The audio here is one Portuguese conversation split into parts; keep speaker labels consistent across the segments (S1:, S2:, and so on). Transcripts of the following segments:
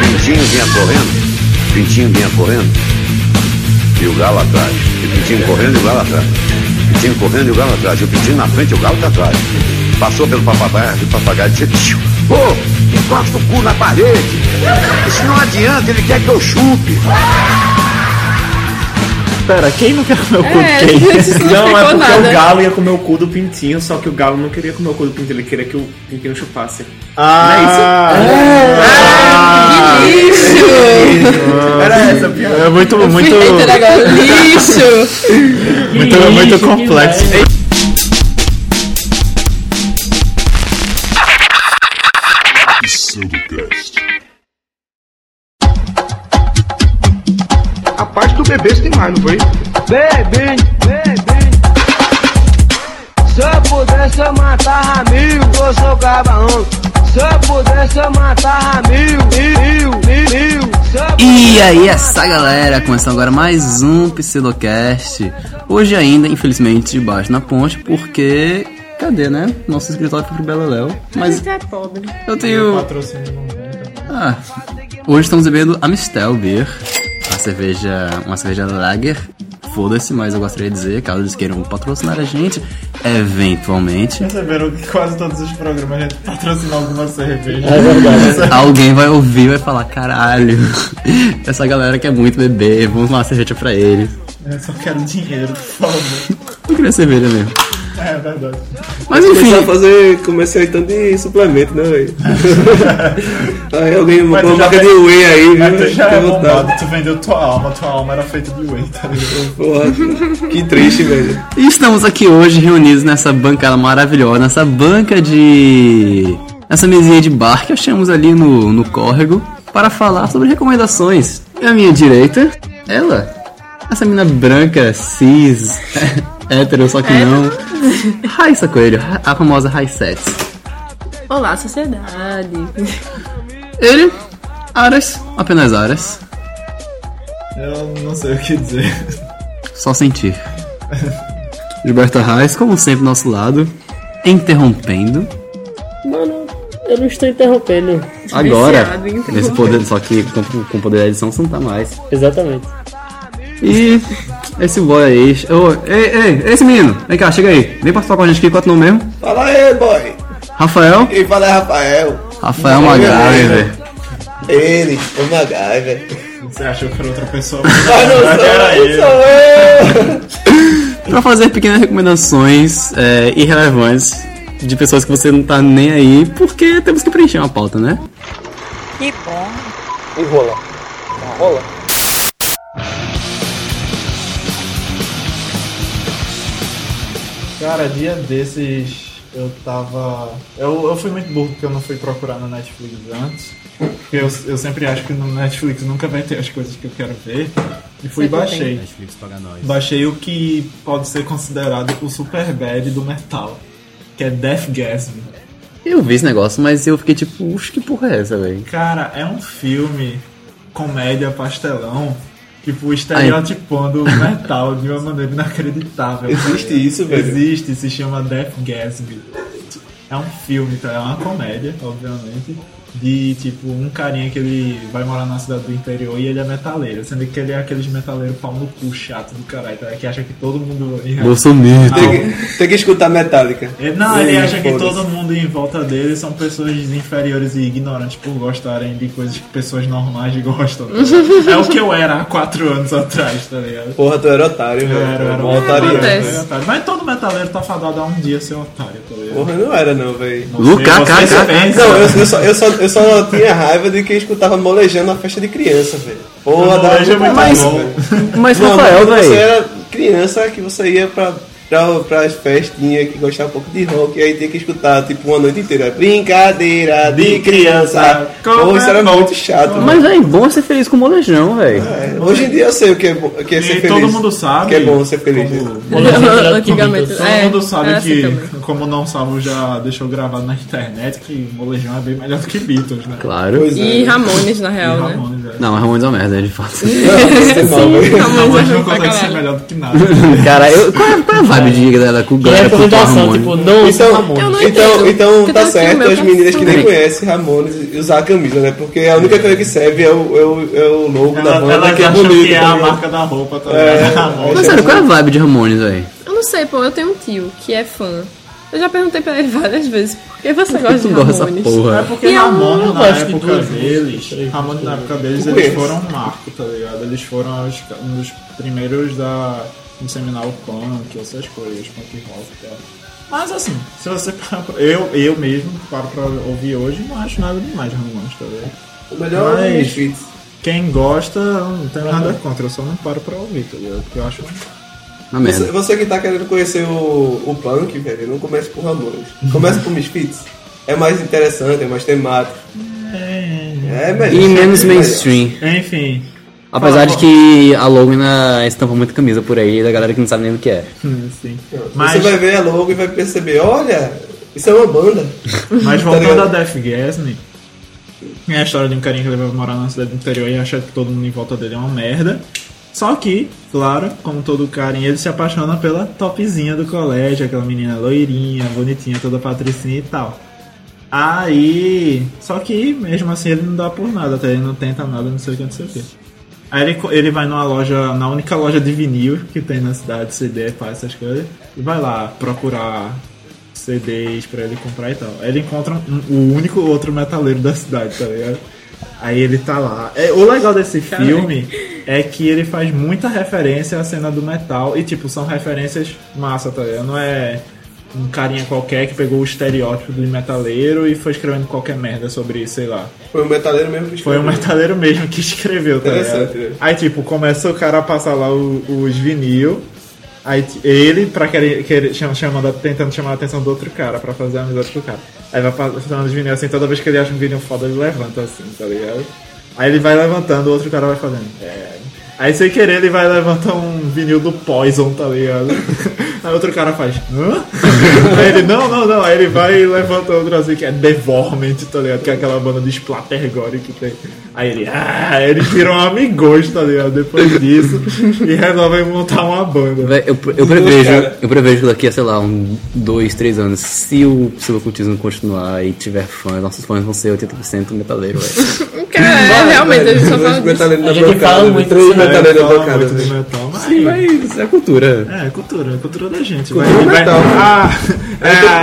S1: Pintinho vinha correndo, Pintinho vinha correndo, e o galo atrás. E o Pintinho correndo e o galo atrás. Pintinho correndo e o galo atrás. E o Pintinho na frente e o galo tá atrás. Passou pelo papagaio, o papagaio disse, "Tchiu, pô, encosta o cu na parede. Isso não adianta, ele quer que eu chupe.
S2: Pera, quem não quer comer o cu
S3: É,
S2: de quem?
S3: isso
S4: Não,
S3: não
S4: é
S3: explicou
S4: porque
S3: nada.
S4: o galo ia comer o cu do pintinho, só que o galo não queria comer o cu do pintinho, ele queria que o pintinho chupasse.
S3: Ah, que lixo!
S4: Era essa a piada.
S2: É muito, muito,
S3: Fui hater agora. Lixo!
S2: muito, muito complexo.
S5: A parte do bebê você tem mais, não foi?
S6: Bebem, bebem. Se eu pudesse eu matava mil, eu sou cabarão. Se eu pudesse eu matava mil, mil, mil, mil. Se eu
S7: E
S6: pudesse,
S7: aí,
S6: eu
S7: essa
S6: matava
S7: galera, começando agora mais um Pseudocast. Hoje ainda, infelizmente, debaixo na ponte, porque... Cadê, né? Nosso escritório foi pro Beleléu. Mas
S3: Você é pobre.
S7: eu tenho... Ah, hoje estamos bebendo Amistel Beer. Uma cerveja, uma cerveja lager. Foda-se, mas eu gostaria de dizer, caso eles queiram patrocinar a gente, eventualmente,
S8: Perceberam que quase todos os programas a gente patrocina alguma cerveja.
S2: É verdade.
S7: alguém vai ouvir e vai falar, caralho, essa galera quer muito beber, vamos lá, cerveja pra eles.
S9: É,
S8: Eu só quero dinheiro, por favor.
S7: Eu queria cerveja mesmo.
S8: É verdade.
S7: Mas enfim,
S4: Começar a fazer comercial então de suplemento, né, velho? aí alguém
S8: Mas
S4: botou
S8: tu
S4: uma
S8: já
S4: marca
S8: fez-
S4: de whey aí,
S8: Mas tu
S4: viu?
S8: já
S4: Fica
S8: é
S4: à vontade.
S8: bombado, tu vendeu tua alma, tua alma era feita de whey, tá ligado?
S4: Porra, que triste, velho.
S7: E estamos aqui hoje reunidos nessa bancada maravilhosa, nessa banca de. nessa mesinha de bar que achamos ali no, no córrego para falar sobre recomendações. E à minha direita, ela, essa mina branca, cis, hétero, só que não. Raissa Coelho, a famosa Raissets.
S3: Olá, sociedade.
S7: Ele, Aras, apenas Aras,
S8: Eu não sei o que dizer.
S7: só sentir. Gilberto Reis, como sempre, ao nosso lado, interrompendo.
S10: Mano, eu não estou interrompendo.
S7: Agora,
S3: Viciado em interromper.
S7: nesse poder, só que com, com o poder da edição você não tá mais.
S10: Exatamente.
S7: E esse boy aí. Ô, ei, ei, esse menino, vem cá, chega aí. Vem participar com a gente aqui, qual é o nome mesmo?
S4: Fala aí, boy.
S7: Rafael?
S4: Quem fala é Rafael.
S7: Rafael
S4: Não,
S7: Magalhães,
S4: não, não.
S7: velho.
S4: Ele, o MacGyver.
S8: Você achou que era outra pessoa?
S4: Mas não
S8: Mas era
S4: sou, não
S8: ele.
S4: sou eu.
S7: Pra fazer pequenas recomendações é, irrelevantes de pessoas que você não tá nem aí, porque temos que preencher uma pauta, né?
S8: Cara, dia desses eu tava. Eu, eu fui muito burro porque eu não fui procurar na Netflix antes. Porque eu, eu sempre acho que no Netflix nunca vai ter as coisas que eu quero ver. E fui e baixei.
S7: Netflix paga nós.
S8: Baixei o que pode ser considerado o super bad do metal. Que é Death Gasm.
S7: Eu vi esse negócio, mas eu fiquei tipo, uxa, que porra é essa, velho?
S8: Cara, é um filme comédia pastelão. Tipo, estereotipando o metal de uma maneira inacreditável.
S4: Existe isso, velho?
S8: Existe, se chama Death Gasby. É um filme, tá? É uma comédia, obviamente. De tipo, um carinha que ele vai morar numa cidade do interior e ele é metaleiro. Sendo que ele é aqueles metaleiros pau no cu chato do caralho, tá? Que acha que todo mundo. em relação
S7: Bolsonaro.
S8: ao-
S4: Tem que, tem que escutar Metallica.
S8: ele- Não, ele
S4: Ei,
S8: acha que
S4: foda-se.
S8: todo mundo em volta dele são pessoas inferiores e ignorantes por gostarem de coisas que pessoas normais gostam. tá ligado? é o que eu era há quatro anos atrás, tá ligado?
S4: Porra, tu era otário,
S8: Eu
S4: velho.
S8: era, eu era
S4: Mó
S8: um
S4: otário.
S8: otário,
S3: Acontece.
S8: eu era otário. Mas todo metaleiro tá fadado a um dia ser otário, tá ligado?
S4: Porra, eu não era, não, velho.
S8: Não sei,
S7: Luca,
S8: vocês
S7: cá, cá,
S8: pensam.
S4: Não, eu, eu só, eu, só, eu só tinha raiva de quem escutava molejando na festa de criança, velho. Porra, dava
S8: Molejo é muito
S4: Mas-
S8: bom.
S7: Mas
S4: Não,
S7: Rafael,
S4: quando Você é um
S7: velho.
S4: era criança que você ia pra, pra, pras festinhas que gostava um pouco de rock e aí tinha que escutar tipo uma noite inteira. Brincadeira de
S8: É,
S4: criança. Pô, isso era muito chato.
S7: Mas, velho, bom é ser feliz com o molejão, velho.
S4: velho. Hoje em dia eu sei o que é, bo- o que é
S8: E
S4: ser feliz.
S8: todo mundo sabe.
S4: Que é bom ser feliz.
S8: como-
S3: Antigamente.
S8: Todo
S3: é,
S8: mundo sabe
S3: era assim
S8: que,
S3: também.
S8: como não Salvo já deixou gravado na internet, que Molejão é bem melhor do que Beatles, né?
S7: Claro.
S4: Pois é.
S3: E Ramones, na real, né?
S8: Ramones, velho.
S7: Não, Ramones é uma merda, de fato.
S4: Não, isso é mal, velho.
S3: Ramones é
S8: Ramones
S3: ruim
S8: não
S3: pra
S8: consegue ser
S3: caralho.
S8: melhor do que nada.
S7: Cara, eu, qual, é, qual é a
S11: sabe?
S7: vibe
S11: De galera com
S12: E é
S11: galera com
S12: recomendação,
S11: harmônio.
S12: tipo, não ouça
S4: Então,
S3: Eu
S12: Ramones.
S3: não
S4: então,
S3: entendo.
S4: então
S3: Porque
S4: tá
S3: todo filme
S4: certo
S3: é
S4: as meninas que nem
S11: Peraí.
S4: conhecem Ramones usar a camisa, né? Porque a única coisa que serve é o, é o, é o logo da
S8: Ela,
S4: banda
S8: elas
S4: que é
S8: acham
S4: bonito.
S8: que é
S4: tá
S8: tá a
S4: ligado?
S8: marca da roupa, tá
S4: É.
S8: ligado?
S11: Mas sério, qual é a vibe de Ramones, velho?
S3: Eu não sei, pô, eu tenho um tio que é fã. Eu já perguntei pra ele várias vezes, por que você gosta de
S11: Tu gosta dessa
S3: Ramones?
S8: É
S11: porra.
S8: porque
S3: E eu
S8: Ramones na
S12: gosto de
S8: época
S12: duas,
S8: deles, Ramones na época deles,
S4: Por
S8: eles
S4: quê?
S8: foram um marco, tá ligado? Eles foram os- um dos primeiros da disseminar o punk, essas coisas, punk rock e tal. Mas assim, se você parar pra- eu, eu mesmo paro pra ouvir hoje, não acho nada demais de Ramones, tá ligado?
S4: O melhor é
S8: Mas-
S4: o Misfits.
S8: Quem gosta, não tem nada contra, eu só não paro pra ouvir, tá ligado? Porque eu acho.
S11: Uma
S4: Você,
S11: merda.
S4: você que tá querendo conhecer o, o punk, velho, não comece por Ramones. Comece por Misfits. É mais interessante, é mais temático. É melhor.
S11: E menos
S4: é melhor.
S11: mainstream.
S8: Enfim,
S11: Apesar
S8: Ah,
S11: de que a logo ainda estampa muita camisa por aí da galera que não sabe nem o que é.
S8: hum, sim.
S4: Você
S8: Mas,
S4: vai ver a logo e vai perceber, olha, isso é uma banda.
S8: mas
S4: tá
S8: voltando a
S4: ligado?
S8: Death Gasney, é a história de um carinha que ele vai morar na cidade do interior e acha que todo mundo em volta dele é uma merda. Só que, claro, como todo carinha, ele se apaixona pela topzinha do colégio, aquela menina loirinha, bonitinha, toda patricinha e tal. Aí. Só que mesmo assim ele não dá por nada, até ele não tenta nada, não sei o que, não sei o que. Aí ele, co- ele vai numa loja, na única loja de vinil que tem na cidade, CD, faz essas coisas, e vai lá procurar CDs pra ele comprar e tal. Aí ele encontra um- o único outro metaleiro da cidade, tá ligado? Aí ele tá lá. É, o legal desse filme é que ele faz muita referência à cena do metal e, tipo, são referências massa, tá ligado? Não é um carinha qualquer que pegou o estereótipo do metaleiro e foi escrevendo qualquer merda sobre, sei lá,
S4: Foi um metaleiro mesmo que
S8: foi um
S4: escreveu.
S8: metaleiro mesmo que escreveu, tá
S4: Interessante,
S8: ligado?
S4: né?
S8: Aí, tipo, começa o cara a passar lá o- os vinil. Aí t- ele, pra querer, querer cham- chamando, a- tentando chamar a atenção do outro cara, pra fazer amizade com o cara. Aí vai passando os vinil assim, toda vez que ele acha um vinil foda, ele levanta assim, tá ligado? Aí ele vai levantando, o outro cara vai fazendo. é. Aí sem querer ele vai levantar um vinil do Poison, tá ligado? Aí outro cara faz. Hã? Aí ele, não, não, não. Aí ele vai e levanta outro assim, que é Devorment, tá ligado? Que é aquela banda de Splattergore que tem. Aí ele, ah, aí eles viram amigos, tá ligado? Depois disso. E resolvem montar uma banda.
S11: Véi, Eu, eu, prevejo, eu prevejo que daqui a, sei lá, um, dois, três anos, se o psilocultismo continuar e tiver fãs, nossos fãs vão ser 80% metaleiro, velho.
S3: Cara, é, realmente, eu só falo
S4: Dois
S3: disso.
S4: metaleiros na
S12: A gente
S4: bancada,
S12: fala
S4: né?
S12: muito
S4: Três
S12: disso, né?
S4: metaleiros na
S8: Fala
S4: bancada.
S8: muito de
S4: né?
S8: metal, mas.
S11: Mas é cultura.
S8: É, cultura, cultura da gente.
S4: Cultura
S8: vai,
S4: metal.
S8: vai- Ah,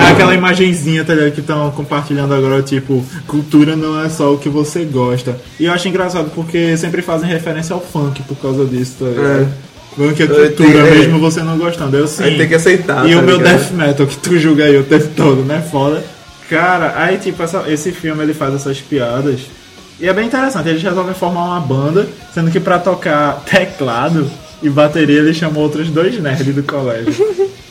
S8: é, aquela imagenzinha tá ligado, que estão compartilhando agora, tipo, cultura não é só o que você gosta. E eu acho engraçado porque sempre fazem referência ao funk por causa disso, tá ligado? Funk é cultura,
S4: tenho- é.
S8: mesmo você não gostando. Eu sim.
S4: Aí tem que aceitar,
S8: E
S4: tá
S8: o meu
S4: ligado?
S8: death metal que tu julga aí o tempo todo, né? Foda. Cara, aí tipo, essa- esse filme ele faz essas piadas. E é bem interessante, eles resolvem formar uma banda, sendo que pra tocar teclado e bateria ele chamou outros dois nerds do colégio.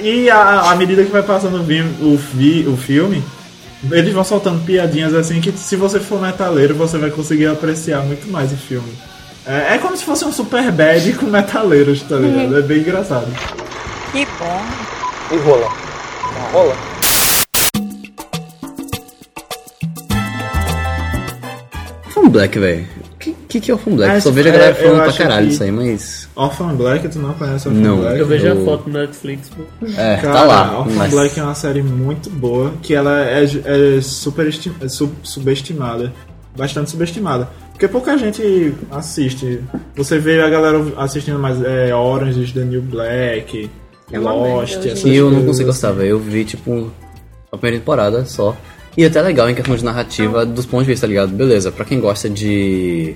S8: E a- à medida que vai passando o, vi- o fi- o filme, eles vão soltando piadinhas assim que se você for metaleiro, você vai conseguir apreciar muito mais o filme. É, é como se fosse um super bad com metaleiros, tá ligado? É bem engraçado.
S11: Fan Black, velho. O que, que, que é o Fan Black?
S8: Ah,
S11: Só
S8: esse-
S11: vejo a galera
S8: é, eu
S11: falando pra
S8: acho
S11: caralho
S8: que-
S11: isso aí, mas.
S8: Orphan Black, tu não conhece Orphan
S11: Não.
S8: Black?
S2: Eu vejo
S11: Eu-
S2: a foto no Netflix. pô.
S11: É,
S8: Cara,
S11: tá lá.
S8: Orphan
S11: Mas...
S8: Black é uma série muito boa, que ela é, é super esti- é sub- subestimada. Bastante subestimada. Porque pouca gente assiste. Você vê a galera assistindo mais é, Orange is the New Black,
S3: É uma merda,
S8: Lost,
S3: gente.
S8: essas
S11: E eu não
S8: coisas
S11: consigo
S8: assim.
S11: gostar, velho. Eu vi, tipo, a primeira temporada só. E até legal em questão de narrativa, dos pontos de vista, tá ligado? Beleza, pra quem gosta de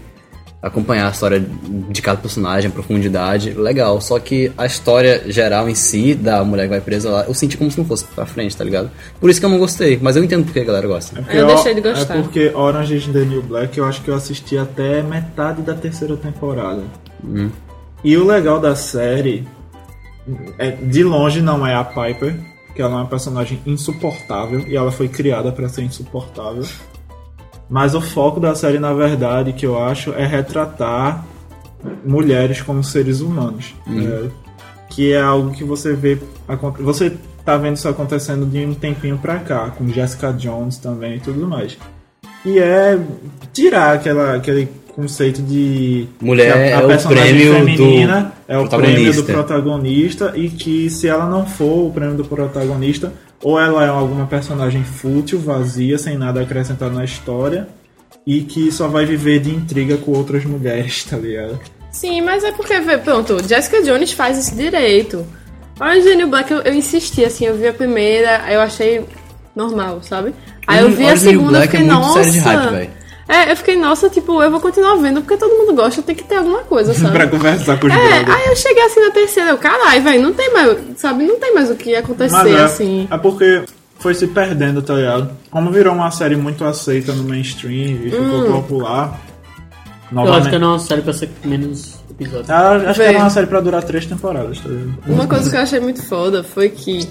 S11: acompanhar a história de cada personagem, a profundidade, legal. Só que a história geral em si, da mulher que vai presa lá, eu senti como se não fosse pra frente, tá ligado? Por isso que eu não gostei, mas eu entendo porque a galera gosta.
S8: porque
S3: Eu
S8: o-
S3: deixei de gostar.
S8: É porque Orange is the New Black eu acho que eu assisti até metade da terceira temporada. E o legal da série é, de longe não é a Piper, que ela é uma personagem insuportável e ela foi criada pra ser insuportável. Mas o foco da série, na verdade, que eu acho, é retratar mulheres como seres humanos.
S7: Uhum.
S8: né? Que é algo que você vê. acon- Você tá vendo isso acontecendo de um tempinho pra cá, com Jessica Jones também e tudo mais. E é tirar aquela, aquele conceito de
S7: Mulher
S8: que
S7: é o
S8: personagem
S7: prêmio do
S8: feminina é o prêmio do
S7: protagonista.
S8: protagonista e que se ela não for o prêmio do protagonista, ou ela é alguma personagem fútil, vazia, sem nada acrescentado na história e que só vai viver de intriga com outras mulheres, tá ligado?
S3: Sim, mas é porque, vê, pronto, Jessica Jones faz isso direito. Orange is the New Black, eu, eu insisti, assim, eu vi a primeira, aí eu achei normal, sabe? Aí eu
S7: Hum,
S3: vi a
S7: Orange is the New
S3: segunda, eu
S7: Black é
S3: fiquei,
S7: muito
S3: nossa...
S7: série de hype, véi.
S3: é, eu fiquei, nossa, tipo, eu vou continuar vendo, porque todo mundo gosta, tem que ter alguma coisa, sabe?
S8: Pra conversar com os
S3: É,
S8: brothers.
S3: aí eu cheguei assim na terceira, eu, caralho, velho, não tem mais, sabe, não tem mais o que acontecer,
S8: Mas é,
S3: assim.
S8: É porque foi se perdendo, tá ligado? Como virou uma série muito aceita no mainstream e ficou
S3: Hum.
S8: popular.
S2: Eu acho que
S8: Novamente.
S2: não é uma série pra ser menos episódios.
S8: Ah, acho que
S3: Véi.
S8: era uma série pra durar três temporadas, tá ligado?
S3: Uma coisa que eu achei muito foda foi que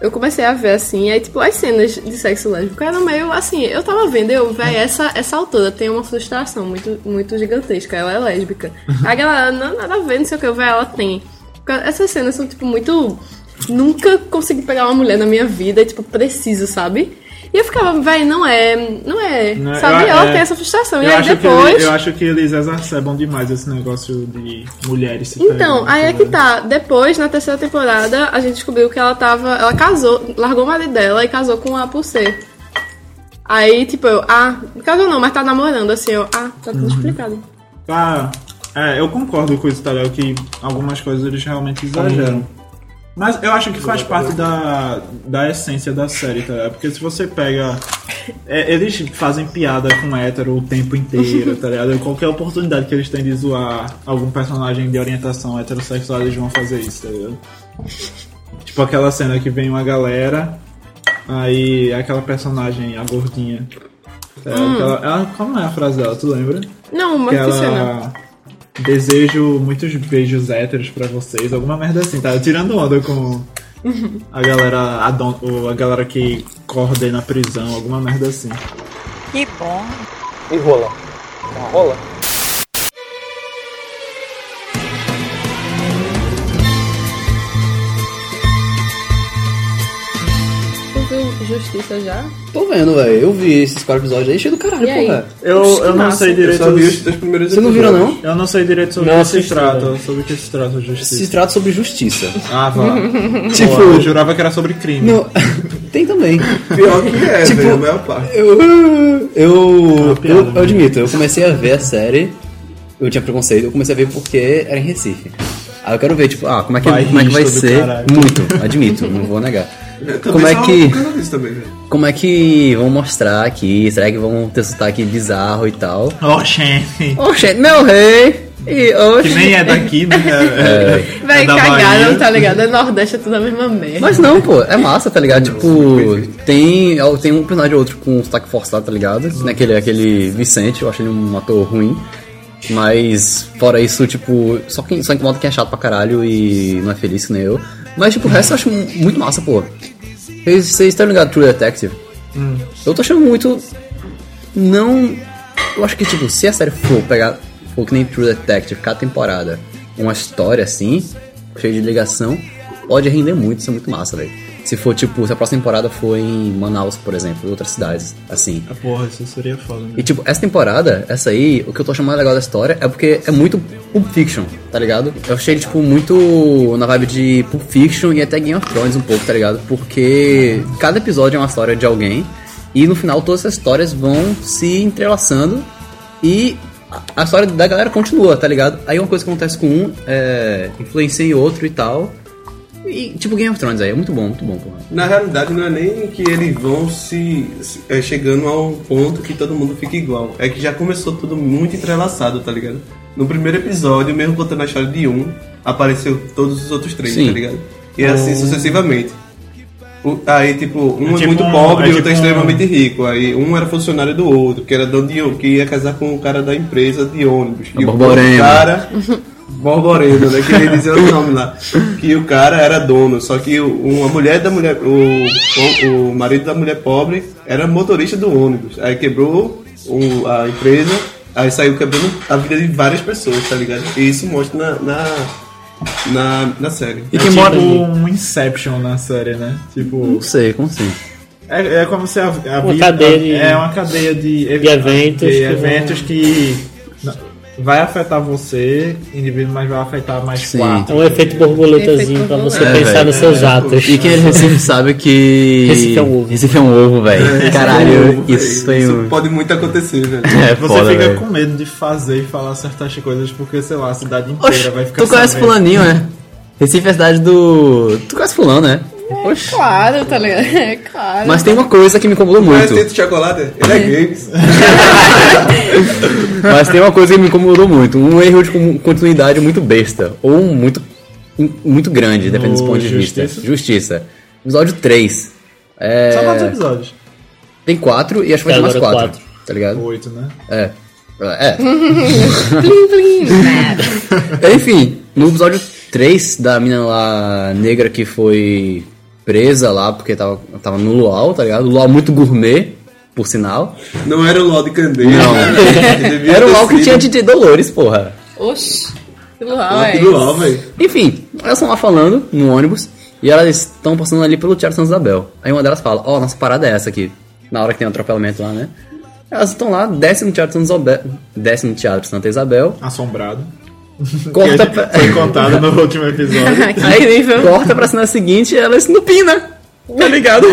S3: eu comecei a ver assim, aí tipo, as cenas de sexo lésbico eram meio assim, eu tava vendo, eu, véi, essa, essa autora tem uma frustração muito, muito gigantesca, ela é lésbica. Aí ela, não, nada a ver, não sei o que, véi, ela tem. Porque Essas cenas são, tipo, muito. Nunca consegui pegar uma mulher na minha vida, e, tipo, preciso, sabe? E eu ficava, véi, não é, não é.
S8: Não é-
S3: sabe?
S8: eu-
S3: ela
S8: é.
S3: tem essa frustração.
S8: Eu
S3: e aí
S8: acho,
S3: depois.
S8: que ele- eu acho que eles exacerbam demais esse negócio de mulheres se
S3: Então,
S8: perdendo,
S3: aí é que
S8: ligado?
S3: tá. Depois, na terceira temporada, a gente descobriu que ela tava. Ela casou, largou o marido dela e casou com a Pulse. Aí, tipo, eu, ah, casou não, mas tá namorando, assim, eu, ah, tá
S8: Uhum.
S3: tudo explicado.
S8: Tá. É, eu concordo com isso, tá ligado? Que algumas coisas eles realmente exageram. Mas eu acho que faz parte da, da essência da série, tá ligado? Porque se você pega. é, eles fazem piada com hétero o tempo inteiro, tá ligado? Qualquer oportunidade que eles têm de zoar algum personagem de orientação heterossexual, eles vão fazer isso, tá ligado? Tipo aquela cena que vem uma galera, aí aquela personagem, a gordinha. tá ligado? Ela- ela, como é a frase dela, tu lembra?
S3: Não, mas
S8: que
S3: que cena.
S8: ela desejo muitos beijos héteros pra vocês, alguma merda assim, tá? Tirando onda com a galera, a, don- ou a galera que coordena a prisão, alguma merda assim.
S3: Tu viu Justiça já?
S7: Tô vendo, velho. Eu vi esses quatro episódios aí, cheio do caralho,
S3: E aí?
S7: pô, velho.
S8: Eu,
S3: Oxe, que
S8: eu não
S3: massa.
S8: sei
S4: Eu
S8: direito.
S4: só vi os
S8: os-
S4: três primeiros
S7: Você não virou,
S4: episódios.
S7: não?
S8: Eu não sei direito sobre o
S2: Não
S8: que se
S2: assisti,
S8: trata,
S2: velho.
S8: sobre o que se trata justiça.
S7: Se trata sobre justiça.
S8: Ah, vá.
S7: Tipo-
S8: Pô, eu jurava que era sobre crime.
S7: Não, tem também.
S4: Pior que é,
S7: Tipo-
S4: velho, a maior parte.
S7: Eu, eu, eu,
S8: É piada, né?
S7: eu admito, eu comecei a ver a série, eu tinha preconceito, eu comecei a ver porque era em Recife. Aí eu quero ver, tipo, ah, como é que
S8: Vai
S7: vai, como é que vai
S8: rir, todo
S7: ser?
S8: caralho.
S7: Muito, admito, não vou negar.
S4: Eu também um
S7: Como é
S4: só
S7: que-
S4: por causa disso também, velho.
S7: Como é que vão mostrar aqui? Será que vão ter sotaque bizarro e tal?
S8: Oxente.
S7: Oxente, meu rei! E
S8: Que
S7: oxe.
S8: nem é daqui, né? É,
S3: Véi,
S8: da
S3: cagaram,
S8: Bahia.
S3: tá ligado? É Nordeste, é tudo a mesma merda.
S7: Mas não, pô, é massa, tá ligado? Tipo, tem, tem um personagem ou outro com um sotaque forçado, tá ligado? Naquele, aquele Vicente, eu acho ele um ator ruim. Mas, fora isso, tipo, só, quem, só incomoda quem é chato pra caralho e não é feliz que nem eu. Mas, tipo, o resto eu acho muito massa, pô. Vocês vocês estão ligados True Detective? Eu tô achando muito. Não. Eu acho que, tipo, se a série for pegar. For que nem True Detective, cada temporada, uma história assim, cheia de ligação, pode render muito, isso é muito massa, velho. Se for, tipo, se a próxima temporada for em Manaus, por exemplo, outras cidades, assim.
S8: Ah, Porra, isso seria foda, né?
S7: E, tipo, essa temporada, essa aí, o que eu tô achando mais legal da história é porque é muito Pulp Fiction, tá ligado? Eu achei, tipo, muito na vibe de Pulp Fiction e até Game of Thrones um pouco, tá ligado? Porque cada episódio é uma história de alguém e no final todas essas histórias vão se entrelaçando e a- a história da galera continua, tá ligado? Aí uma coisa que acontece com um é, influencia em outro e tal. E, tipo, Game of Thrones aí, é muito bom, muito bom, porra.
S4: Na realidade, não é nem que eles vão se, se- é, chegando a um ponto que todo mundo fica igual. É que já começou tudo muito entrelaçado, tá ligado? No primeiro episódio, mesmo contando a história de um, apareceu todos os outros três,
S7: Sim.
S4: tá ligado? E assim sucessivamente. O- aí, tipo, um é,
S8: tipo
S4: muito
S8: um-
S4: pobre
S8: é
S4: e o outro é
S8: tipo um-
S4: extremamente rico. Aí um era funcionário do outro, que era dono de um, que ia casar com o cara da empresa de ônibus.
S7: A
S4: E o
S7: Borborema.
S4: cara. Borborema, né? Que ele dizia o nome lá. Que o cara era dono, só que o- uma mulher da mulher. O, o, o marido da mulher pobre era motorista do ônibus. Aí quebrou o- a empresa, aí saiu quebrando a vida de várias pessoas, tá ligado? E isso mostra na. na, na, na série.
S7: E
S8: É
S7: quem
S8: tipo
S7: mora.
S8: um Inception na série, né? Tipo,
S7: Não sei, como assim?
S8: É, é como se a, a
S2: Uma
S8: vida-
S2: cadeia de-
S8: é uma cadeia de, ev-
S2: de eventos
S8: de
S2: que
S8: eventos que, vai afetar você, indivíduo, mas vai afetar mais
S7: Sim.
S8: quatro.
S2: É um efeito borboletazinho pra você
S7: É,
S2: pensar
S7: velho.
S2: nos seus atos.
S7: E quem é de Recife sabe que.
S2: Recife é um ovo.
S7: Recife é um ovo, velho. Caralho, isso foi
S4: Isso
S7: um.
S4: pode muito acontecer, velho.
S7: É
S8: Você
S7: foda,
S8: fica
S7: velho.
S8: com medo de fazer e falar certas coisas porque, sei lá, a cidade inteira
S7: Oxe,
S8: vai ficar
S7: tu conhece
S8: sabendo.
S7: Fulaninho, né? Recife é a cidade do. Tu conhece Fulano, né? Oxe.
S3: Claro, tá ligado? É claro.
S7: Mas tem uma coisa que me incomodou
S4: Mas
S7: muito.
S4: tem chocolate, ele é games.
S7: Mas tem uma coisa que me incomodou muito: um erro de com- continuidade muito besta. Ou um muito, um- muito grande, depende do
S8: No
S7: ponto de vista.
S8: Justiça?
S7: Justiça. Episódio 3.
S8: Só quantos
S7: É...
S8: episódios?
S7: Tem 4 e acho que vai ter mais
S2: Até
S7: 4.
S2: agora
S7: Tá ligado?
S8: Oito, né?
S7: É. É.
S3: Plim, plim.
S7: Enfim, no episódio 3 da mina lá negra que foi presa lá porque tava, tava no luau, tá ligado? Luau muito gourmet, por sinal.
S4: Não era o LOL de Candeia.
S7: Não.
S4: né? Devia
S7: Era o
S4: ter
S7: luau que
S4: sido
S7: tinha de Dolores, porra.
S3: Oxi. Que luau,
S4: lá
S3: é.
S4: que do LOL, velho.
S7: Enfim, elas estão lá falando no ônibus e elas estão passando ali pelo Teatro São Isabel. Aí uma delas fala: Ó, nossa parada é essa aqui. Na hora que tem um atropelamento lá, né? Elas estão lá, descem no Teatro São Isabel. Descem no Teatro Santa Isabel.
S8: Assombrado.
S7: Corta
S8: Que
S7: pra.
S8: Foi contado no último episódio.
S7: Aí corta pra cena seguinte e elas no Pina. Tá ligado?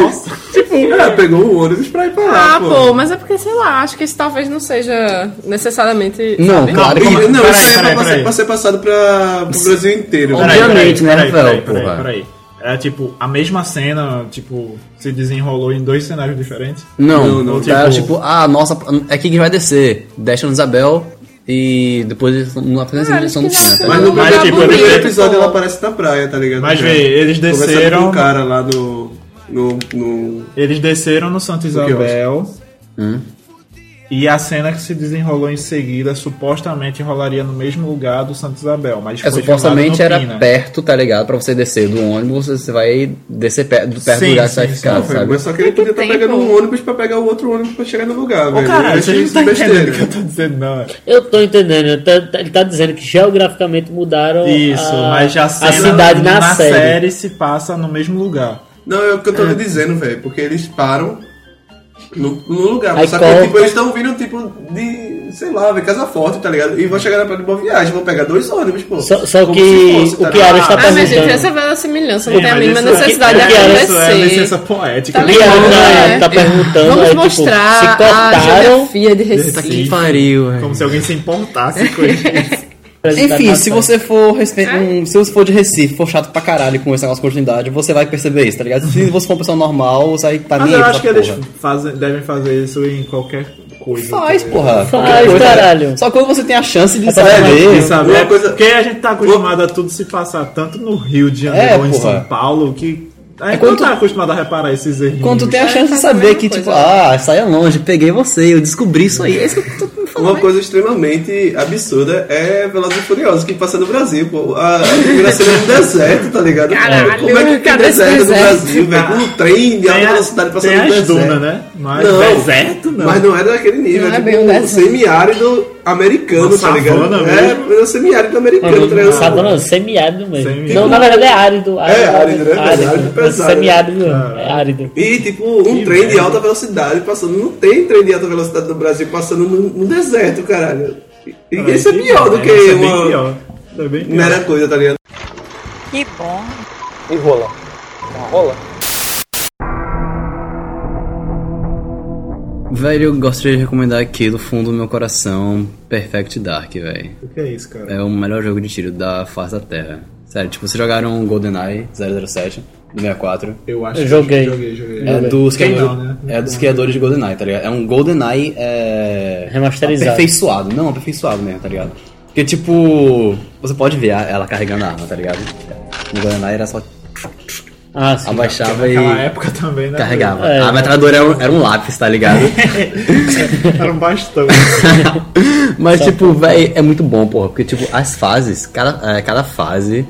S7: tipo,
S4: Ah, pegou o ônibus pra ir pra lá,
S8: tá,
S3: Ah, pô, mas é porque, sei lá, acho que isso talvez não seja necessariamente.
S7: Não,
S3: sabe?
S7: claro que
S4: E-
S7: não.
S4: não,
S8: Peraí,
S4: isso aí
S8: peraí,
S4: é pra ser,
S8: peraí.
S4: pra ser passado pra, pro Brasil inteiro.
S7: Peraí. Obviamente, né, Rafael, porra.
S8: É tipo, a mesma cena, tipo, se desenrolou em dois cenários diferentes.
S7: Não,
S4: Não, não,
S7: tá,
S8: tipo-
S7: tipo, ah, nossa, é aqui que vai descer. Desce no Isabel e depois na apresentação
S3: Cara,
S7: são no
S3: Ah, acho que
S7: Pina,
S3: já
S7: tá
S4: Mas
S3: é um
S7: ligado?
S4: no
S8: Mas,
S4: primeiro
S8: tipo,
S4: no primeiro
S3: bonito,
S4: episódio
S3: pô.
S4: ela aparece na praia, tá ligado?
S8: Mas
S4: Cara?
S8: vê, eles
S4: Conversando com
S8: desceram.
S4: o cara lá do... No, no-
S8: Eles desceram no Santa
S4: que
S8: Isabel. E a cena que se desenrolou em seguida supostamente rolaria no mesmo lugar do Santa Isabel, mas
S7: É,
S8: foi
S7: supostamente
S8: filmado
S7: era
S8: no Pina.
S7: perto, tá ligado? Pra você descer do ônibus, você vai descer perto, do perto
S8: Sim,
S7: do lugar que
S8: sim,
S7: você vai
S8: sim.
S7: ficar,
S4: Não, velho,
S7: sabe?
S4: mas só que ele podia estar
S3: Tem
S4: pegando
S3: tempo.
S4: um ônibus pra pegar o outro ônibus pra chegar no lugar,
S8: Ô
S4: velho.
S8: caralho,
S4: Eu achei
S8: vocês
S4: isso é
S8: não estão entendendo
S4: besteira.
S8: o que eu tô dizendo, não. é?
S2: Eu tô entendendo, ele tá, ele tá dizendo que geograficamente mudaram
S8: Isso,
S2: a,
S8: mas já a,
S2: a
S8: cena
S2: cidade na, série.
S8: se passa no mesmo lugar.
S4: Não, é o que eu tô lhe dizendo, velho. Porque eles param no, no lugar.
S2: Aí
S4: só
S2: corta.
S4: que tipo, eles estão vindo tipo de, sei lá, velho, Casa Forte, tá ligado? E vão chegar na praia de Boa Viagem, vão pegar dois ônibus, pô.
S2: Hum. Só, só
S4: Como
S2: que
S4: se fosse,
S2: o
S4: tá
S2: que
S4: ligado?
S2: Ara está
S3: Ah, minha gente,
S2: perguntando.
S3: essa bela semelhança
S8: Sim,
S3: não tem a
S8: mas
S3: mínima
S8: isso é-
S3: necessidade
S2: é
S3: de
S2: que era-
S8: Isso é licença
S3: acontecer.
S8: poética. né?
S3: Tá
S2: O que
S3: ligado?
S2: Ara
S3: É.
S2: tá, tá perguntando
S3: Vamos
S2: aí, tipo,
S3: mostrar
S2: se
S3: a
S2: cortaram.
S3: geografia de
S8: Tá
S3: Recife.
S8: que
S7: pariu, velho.
S8: Como se alguém se importasse com isso.
S7: Enfim, se
S2: apresentação.
S7: você for respe-
S3: É?
S7: um, se você for de Recife, for chato pra caralho com esse negócio de continuidade, você vai perceber isso, tá ligado? Se você for uma pessoa normal, você aí tá
S8: Mas
S7: nem
S8: eu
S7: aí pra
S8: acho que
S7: essa
S8: eles
S7: porra.
S8: fazem, devem fazer isso em qualquer coisa.
S7: Faz,
S8: tá ligado?
S7: porra.
S2: Faz,
S7: Coisa-
S2: caralho.
S7: Só quando você tem a chance de
S8: Quem
S7: saber.
S8: sabe?
S4: Uma
S8: É
S4: coisa-
S8: Porque a gente tá acostumado a tudo se passar tanto no Rio de Janeiro
S7: É,
S8: ou em
S7: porra.
S8: São Paulo que a
S4: É
S8: gente
S7: quando
S8: não tá
S7: tu-
S8: acostumado a reparar esses erros.
S7: Quando tu tem a
S3: É,
S7: chance de
S3: faz a
S7: saber
S3: mesma
S7: que,
S3: coisa,
S7: tipo,
S3: né?
S7: ah, saia longe, peguei você, eu descobri isso aí. É isso que eu tô me falando.
S4: Uma coisa extremamente absurda é Velozes e Furiosos, que passa no Brasil, pô. A a primeira cena é no deserto, tá ligado?
S3: Caralho,
S4: Como é que tem
S3: cadê esse
S4: deserto no
S3: deserto?
S4: Brasil, velho? Com o trem de alta velocidade passando
S8: tem
S4: no
S8: as
S4: deserto.
S8: dunas, né? Mas
S4: Não.
S8: deserto não.
S4: Mas não é daquele nível, é
S3: Não é
S4: tipo
S3: bem um
S4: um
S3: deserto.
S4: semiárido americano,
S8: Uma
S4: tá ligado?
S8: savana mesmo.
S4: É, é um semiárido americano, tá ligado?
S2: Sabana, semiárido mesmo.
S8: Semiárido.
S2: Não, na verdade é árido.
S4: É, árido, né?
S2: árido,
S4: Árido,
S2: mas
S4: pesado, Ah.
S2: Semiárido mesmo, é árido.
S4: E tipo, um
S8: Que
S4: trem de
S8: merda.
S4: alta velocidade passando. Não tem trem de alta velocidade no Brasil passando no, no deserto, caralho. E e isso é pior do que
S8: Isso é bem
S4: uma
S8: pior. Isso é bem pior.
S4: mera coisa, tá ligado?
S7: Velho, eu gostaria de recomendar aqui do fundo do meu coração Perfect Dark, velho.
S8: O que é isso, cara?
S7: É o melhor jogo de tiro da face da Terra. Sério, tipo, vocês jogaram GoldenEye 007 do 64.
S8: Eu acho
S2: Eu joguei.
S8: que joguei, joguei.
S7: É dos,
S8: Quem
S7: criadores,
S8: não, né?
S7: é dos criadores de GoldenEye, tá ligado? É um GoldenEye é...
S2: Remasterizado.
S7: Aperfeiçoado. Não, aperfeiçoado mesmo, tá ligado? Porque, tipo, você pode ver a- ela carregando a arma, tá ligado? No GoldenEye era só...
S2: Ah, sim.
S7: Abaixava e
S8: Naquela época também, né?
S7: carregava.
S2: É.
S7: a metralhadora era um, era um lápis, tá ligado?
S8: Era um bastão.
S7: Mas, tipo, véi, é muito bom, porra. Porque, tipo, as fases, cada, é, cada fase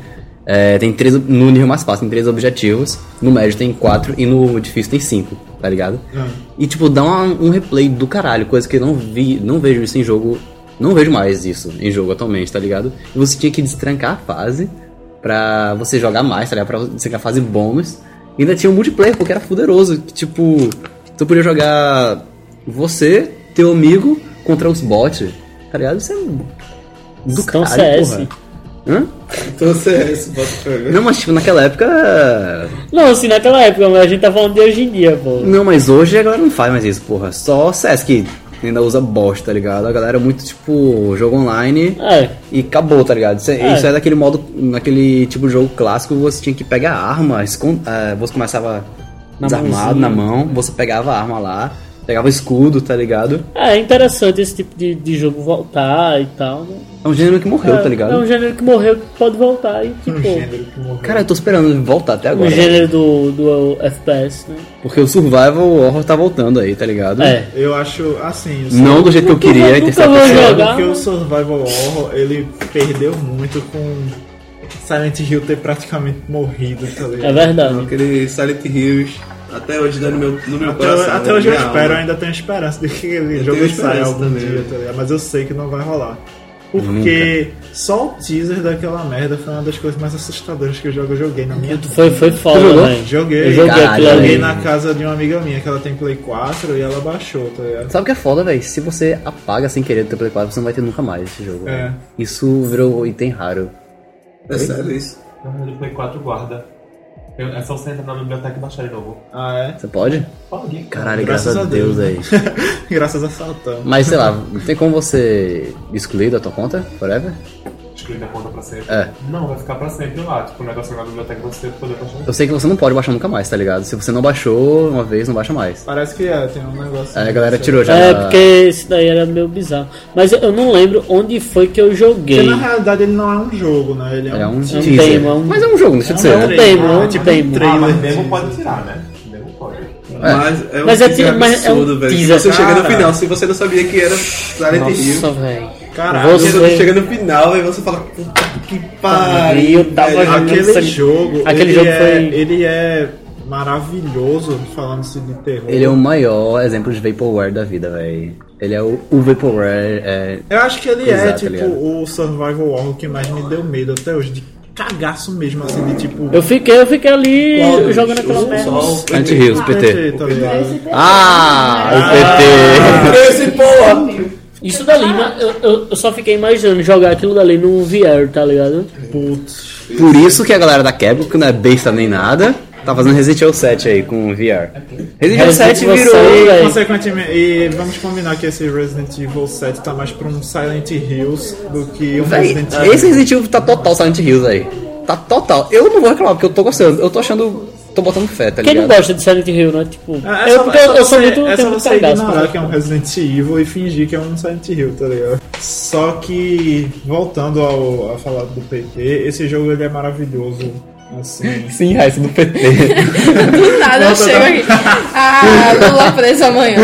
S7: é, tem três. No nível mais fácil, tem três objetivos. No médio tem quatro e no difícil tem cinco, tá ligado? E, tipo, dá uma- um replay do caralho, coisa que eu não vi, não vejo isso em jogo. Não vejo mais isso em jogo atualmente, tá ligado? E você tinha que destrancar a fase pra você jogar mais, tá ligado? Pra você ter a fase bônus. E ainda tinha o multiplayer, porque era fuderoso. Que, tipo, tu podia jogar você, teu amigo, contra os bots, tá ligado? Isso é do
S2: Então
S7: caralho,
S2: CS.
S7: porra. Hã?
S4: Então CS, bota pra ver.
S7: Não, mas tipo, naquela época.
S2: Não, assim, naquela época, mas a gente tá falando de hoje em dia, pô.
S7: Não, mas hoje a galera não faz mais isso, porra. Só CS que ainda usa bosta, tá ligado? A galera é muito, tipo, jogo online
S2: É.
S7: e acabou, tá ligado? Isso é,
S2: É.
S7: isso é daquele modo, naquele tipo de jogo clássico, você tinha que pegar a arma, escon- eh, você começava
S2: Na mãozinha.
S7: desarmado na mão, você pegava a arma lá, pegava o escudo, tá ligado?
S2: É interessante esse tipo de, de jogo voltar e tal. Né?
S7: É um gênero que morreu,
S2: é,
S7: tá ligado?
S2: É um gênero que morreu que pode voltar e
S8: Um
S4: Um
S2: que, pô.
S7: Cara, eu tô esperando voltar até
S2: O
S7: agora.
S2: gênero do, do FPS, né?
S7: Porque o Survival Horror tá voltando aí, tá
S4: Hum?
S7: ligado?
S2: É.
S8: Eu acho assim. o
S7: Não do jeito que eu
S2: Nunca
S7: queria,
S2: vou-
S7: em
S2: nunca
S7: terceira
S2: vou
S7: pessoa.
S8: É,
S2: jogar,
S8: porque
S2: né?
S8: o Survival Horror ele perdeu muito com Silent Hill ter praticamente morrido, tá ligado?
S2: É verdade.
S4: Aquele Silent Hills, até hoje dá no meu, no meu
S8: Até,
S4: coração.
S8: Então,
S4: tá
S8: até
S4: na
S8: hoje eu
S4: minha
S8: espero, eu
S4: alma.
S8: ainda tenho esperança de que
S4: Eu
S8: ele jogo
S4: tenho
S8: saia
S4: esperança
S8: algum
S4: também.
S8: dia, tá ligado? Mas eu sei que não vai rolar. Porque só o teaser daquela merda foi uma das coisas mais assustadoras que eu jogo, eu joguei na minha
S2: Foi, foi foda,
S7: jogou?
S2: velho.
S8: Joguei,
S2: Eu joguei
S7: Caralho,
S2: aquilo ali.
S8: joguei na casa de uma amiga minha que ela tem Play 4 e ela baixou, tá ligado?
S7: Sabe o que é foda, velho? Se você apaga sem querer do teu Play 4, você não vai ter nunca mais esse jogo.
S8: É.
S7: velho. Isso virou um item raro.
S4: É sério isso.
S9: Câmera do Play 4 guarda. Eu- é só você entrar na biblioteca e baixar de novo.
S8: Ah, é?
S7: Você pode?
S9: Pode.
S7: Caralho, graças,
S8: Graças
S7: a
S8: a
S7: Deus, velho.
S8: Graças a Saltão.
S7: Mas sei lá, tem como você excluir da tua conta? Forever?
S9: Excluir da conta pra sempre.
S7: É.
S9: Não, vai ficar pra sempre lá. Tipo, o negócio na biblioteca você poder baixar.
S7: Eu sei que você não pode baixar nunca mais, tá ligado? Se você não baixou uma vez, não baixa mais.
S8: Parece que é, tem um negócio.
S7: Aí a galera tirou já.
S2: É,
S7: da-
S2: porque esse daí era meio bizarro. Mas eu- eu não lembro onde foi que eu
S8: Porque
S2: joguei.
S8: na realidade ele não é um jogo, né? Ele é,
S7: É um
S8: um
S2: É um
S7: teaser.
S2: demo, é um-
S7: Mas é um jogo, deixa de ser,
S2: um
S7: né?
S2: demo. Tem, não?
S8: é tipo
S2: Tem.
S8: um
S9: Ah,
S8: trailer.
S9: mas demo pode tirar, né? Demo pode.
S4: Mas é um
S2: Mas é
S4: teaser
S2: ti- mas é um
S4: absurdo, velho. Se
S2: teaser,
S4: você chega no
S2: cara.
S4: final, se você não sabia que era Silent Hill,
S2: Nossa, velho.
S8: Caralho,
S4: Você não
S2: Você-
S4: chega no final e você fala, puta que pariu.
S2: Eu tava
S4: velho.
S2: jogando
S8: aquele
S2: sangue-
S8: jogo.
S2: Aquele
S8: ele
S2: jogo
S8: é,
S2: foi.
S8: Ele é maravilhoso falando-se de terror.
S7: Ele é o maior exemplo de Vaporware da vida, velho. Ele é o, o Vaporware. É...
S8: Eu acho que ele
S7: Exato,
S8: é, tipo,
S7: ligado.
S8: o Survival Horror que mais me deu medo até hoje. De cagaço mesmo, assim, de tipo.
S2: Eu fiquei, eu fiquei ali
S4: Qual
S2: jogando
S4: dos-
S2: aquela
S4: os-
S2: merda.
S4: só o-
S7: Silent Hill, os PT.
S8: Tá ligado?
S7: Ah, o
S8: Ah.
S7: PT.
S4: Esse porra!
S2: Isso dali, mas eu, eu, eu só fiquei imaginando jogar aquilo dali num VR, tá ligado?
S8: Putz.
S7: Por isso que a galera da Capcom, que não é besta nem nada, tá fazendo Resident Evil 7 aí com VR. Resident Evil 7
S2: Resident Evil
S7: virou.
S2: 7.
S8: E,
S2: velho.
S8: Então, consequentemente, e vamos combinar que esse Resident Evil 7 tá mais pra um Silent Hills do que um
S7: Véi,
S8: Resident Evil.
S7: esse Resident Evil tá total Silent Hills aí. Tá total. Eu não vou reclamar, porque eu tô gostando. Eu tô achando. Tô botando fé, tá
S2: Quem não
S7: ligado?
S2: gosta de Silent Hill, né? Tipo,
S8: É, é
S2: eu,
S8: só,
S2: porque
S8: é
S2: eu,
S8: só
S2: eu sou
S8: você-
S2: muito,
S8: é
S2: tenho
S8: só
S2: muito
S8: você
S2: cagaço.
S8: ignorar que é um Resident Evil e fingir que é um Silent Hill, tá ligado? Só que, voltando ao, a falar do PT, esse jogo ele é maravilhoso, assim.
S7: Sim, Raíssa do PT.
S3: Do nada eu chego aqui. Ah, Lula preso amanhã.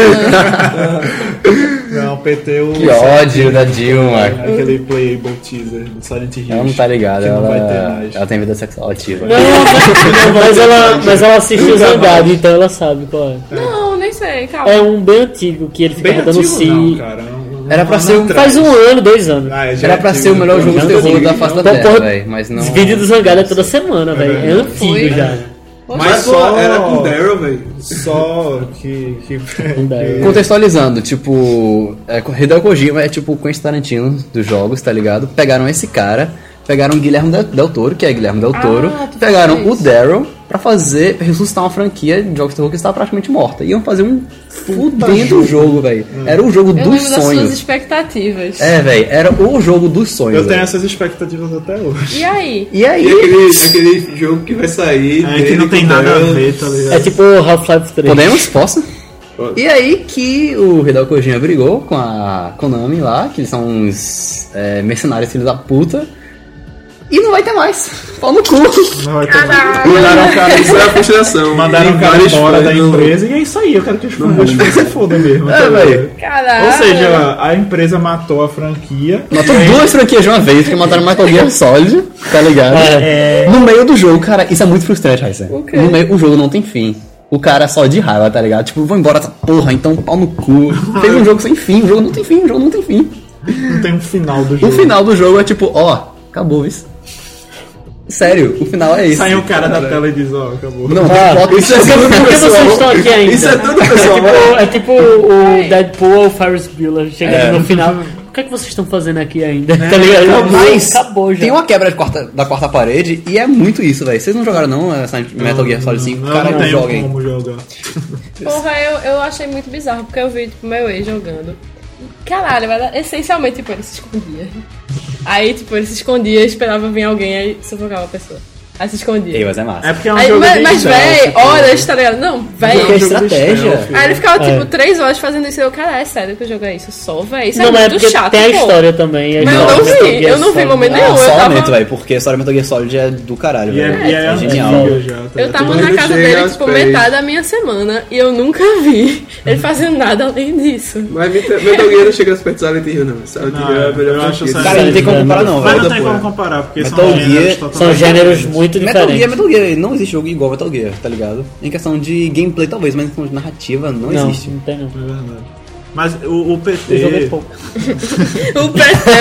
S8: Não, PT um o né?
S7: que ódio da Dilma.
S8: aquele playable teaser do Silent Hill.
S7: Ela não tá ligada,
S8: É. que não vai ter
S7: ela,
S8: mais.
S7: ela tem vida sexual ativa.
S2: Não, mas, mas ela, mas ela assistiu Zangado, então ela sabe qual é.
S3: Não, nem sei, calma.
S2: É um bem antigo que ele
S8: Bem
S2: fica dando
S8: antigo,
S2: si.
S8: não, cara. Não-
S7: tá Era pra
S8: não-
S7: ser um-
S8: não traz.
S2: Faz um ano, dois anos.
S8: Ah, é, já
S7: Era
S8: é
S7: pra
S8: antigo,
S7: ser o melhor
S8: então.
S7: jogo de
S8: Não,
S7: terror da
S8: não.
S7: face da
S2: Pô,
S7: terra,
S2: porra,
S7: velho. Mas não.
S2: Os vídeos do Zangado é toda semana, velho. É
S8: verdade.
S2: antigo já.
S4: Mas só era com o Daryl, velho.
S8: Só que. que, É.
S2: dá.
S7: Contextualizando, tipo, é, Hideo Kojima é tipo o Quentin Tarantino dos jogos, tá ligado? Pegaram esse cara, pegaram o Guilherme Del- Del Toro, que é Guilherme Del Toro,
S3: Ah, tu fez
S7: pegaram o
S3: isso.
S7: Daryl pra fazer, pra ressuscitar uma franquia de jogos de terror que estava praticamente morta. Iam fazer um fudendo jogo, velho. Era o jogo
S3: Eu
S7: dos
S3: lembro das suas
S7: sonhos.
S3: expectativas.
S7: É, velho, era o jogo dos sonhos.
S8: Eu tenho
S7: véi.
S8: essas expectativas até hoje.
S3: E aí?
S7: E aí?
S4: E aquele, É aquele jogo que vai sair.
S8: É que
S4: dele
S8: não tem
S4: com
S8: nada a
S4: Daryl.
S8: ver, tá ligado?
S2: É tipo Half-Life 3.
S7: Podemos? Posso? E aí que o Hideo Kojima brigou com a Konami lá, que eles são uns é, mercenários filhos da puta. E não vai ter mais. Pau no cu.
S8: Não vai ter
S7: tipo,
S8: nada.
S4: Mandaram o cara, isso é a frustração.
S8: tá Mandaram
S4: E
S8: o cara
S4: vários
S8: embora da
S4: fãs no-
S8: empresa e é isso aí, eu quero que os fãs se fodam mesmo. tá
S7: É,
S8: ligado?
S7: velho.
S3: Caralho.
S8: Ou seja, a empresa matou a franquia.
S7: Matou duas franquias de uma vez, porque mataram Metal Gear Solid, tá ligado? No meio do jogo, cara, isso é muito frustrante, Raíssa.
S3: O quê?
S7: No meio, o jogo não tem fim. O cara é só de raiva, tá ligado? Tipo, vou embora essa porra, então pau no cu. Fez um jogo sem fim, o jogo não tem fim, o jogo não tem fim.
S8: Não tem um final do
S7: O
S8: jogo.
S7: final do jogo é tipo, ó, acabou isso. Sério, o final é isso.
S8: Sai o cara da tela e diz, ó, acabou.
S7: Não,
S2: Ah,
S7: bota- isso é
S2: Por que- por que vocês estão aqui ainda?
S4: Isso é tudo,
S2: É
S4: pessoal.
S2: tipo, é tipo o Deadpool ou o Ferris Bueller chegando no final. o que é que vocês estão fazendo aqui ainda? Tá
S7: Não,
S2: ligado?
S7: Mas
S2: acabou já.
S7: tem uma quebra de quarta- da quarta parede e é muito isso, velho. Vocês não jogaram não essa Metal Gear Solid 5?
S8: Não,
S7: assim, Cara,
S8: não
S7: não
S8: tenho
S7: joguem.
S8: como jogar.
S3: Porra, eu, eu achei muito bizarro, porque eu vi, tipo, meu ex jogando. Caralho, era essencialmente, tipo, ele se escondia. Aí, tipo, ele se escondia, esperava vir alguém, aí sufocava a pessoa. Aí se escondia.
S7: Ei, mas é massa.
S8: É porque um é um
S3: Aí,
S8: jogo
S3: mas,
S8: de
S3: mas
S8: stealth,
S3: véi,
S8: pô.
S3: horas, tá ligado? Não, véi.
S7: Porque é estratégia.
S3: Aí ele ficava,
S2: É.
S3: tipo, três horas fazendo isso. E eu, cara, é sério que o jogo é isso? Só, véi. Isso
S2: Não,
S3: é
S2: mas é
S3: muito
S2: porque
S3: chato,
S2: tem a
S3: pô.
S2: história também. a
S3: Mas eu
S2: história
S3: não
S2: do Metal
S3: vi,
S2: Gear
S3: eu não vi
S2: Solid.
S3: momento nenhum.
S7: Ah,
S3: eu
S7: só
S3: tava-
S7: aumento, velho, porque a história do Metal Gear Solid é do caralho,
S8: E é,
S7: velho.
S8: e é,
S7: É genial.
S8: antigo já. tá
S3: Eu
S8: ligado?
S3: tava
S4: Quando
S3: na
S4: ele
S3: casa
S4: chega
S3: dele,
S4: às
S3: tipo,
S4: três.
S3: metade da minha semana e eu nunca vi ele fazendo nada além disso.
S4: Mas Metal Metal Gear não chega aos pés de Silent Hill, não. Silent
S8: Não,
S4: Hill é a melhor
S8: eu
S4: franquia.
S8: acho Silent
S7: Cara, não tem como
S2: Mas
S7: comparar não,
S8: Mas
S7: velho.
S8: não tem
S4: Pô,
S8: como comparar, porque
S7: Metal
S8: são
S7: Gear-
S8: gêneros
S2: São
S8: totalmente
S2: gêneros
S8: diferentes.
S2: muito
S7: Metal Gear é
S2: diferentes.
S7: Metal Gear, não existe jogo igual Metal Gear, tá ligado? Em questão de gameplay talvez, mas em questão de narrativa não,
S2: Não,
S7: existe.
S2: não tem não.
S8: É verdade. Mas o, o PT.
S2: Eu
S7: é
S2: joguei pouco.
S3: O PT!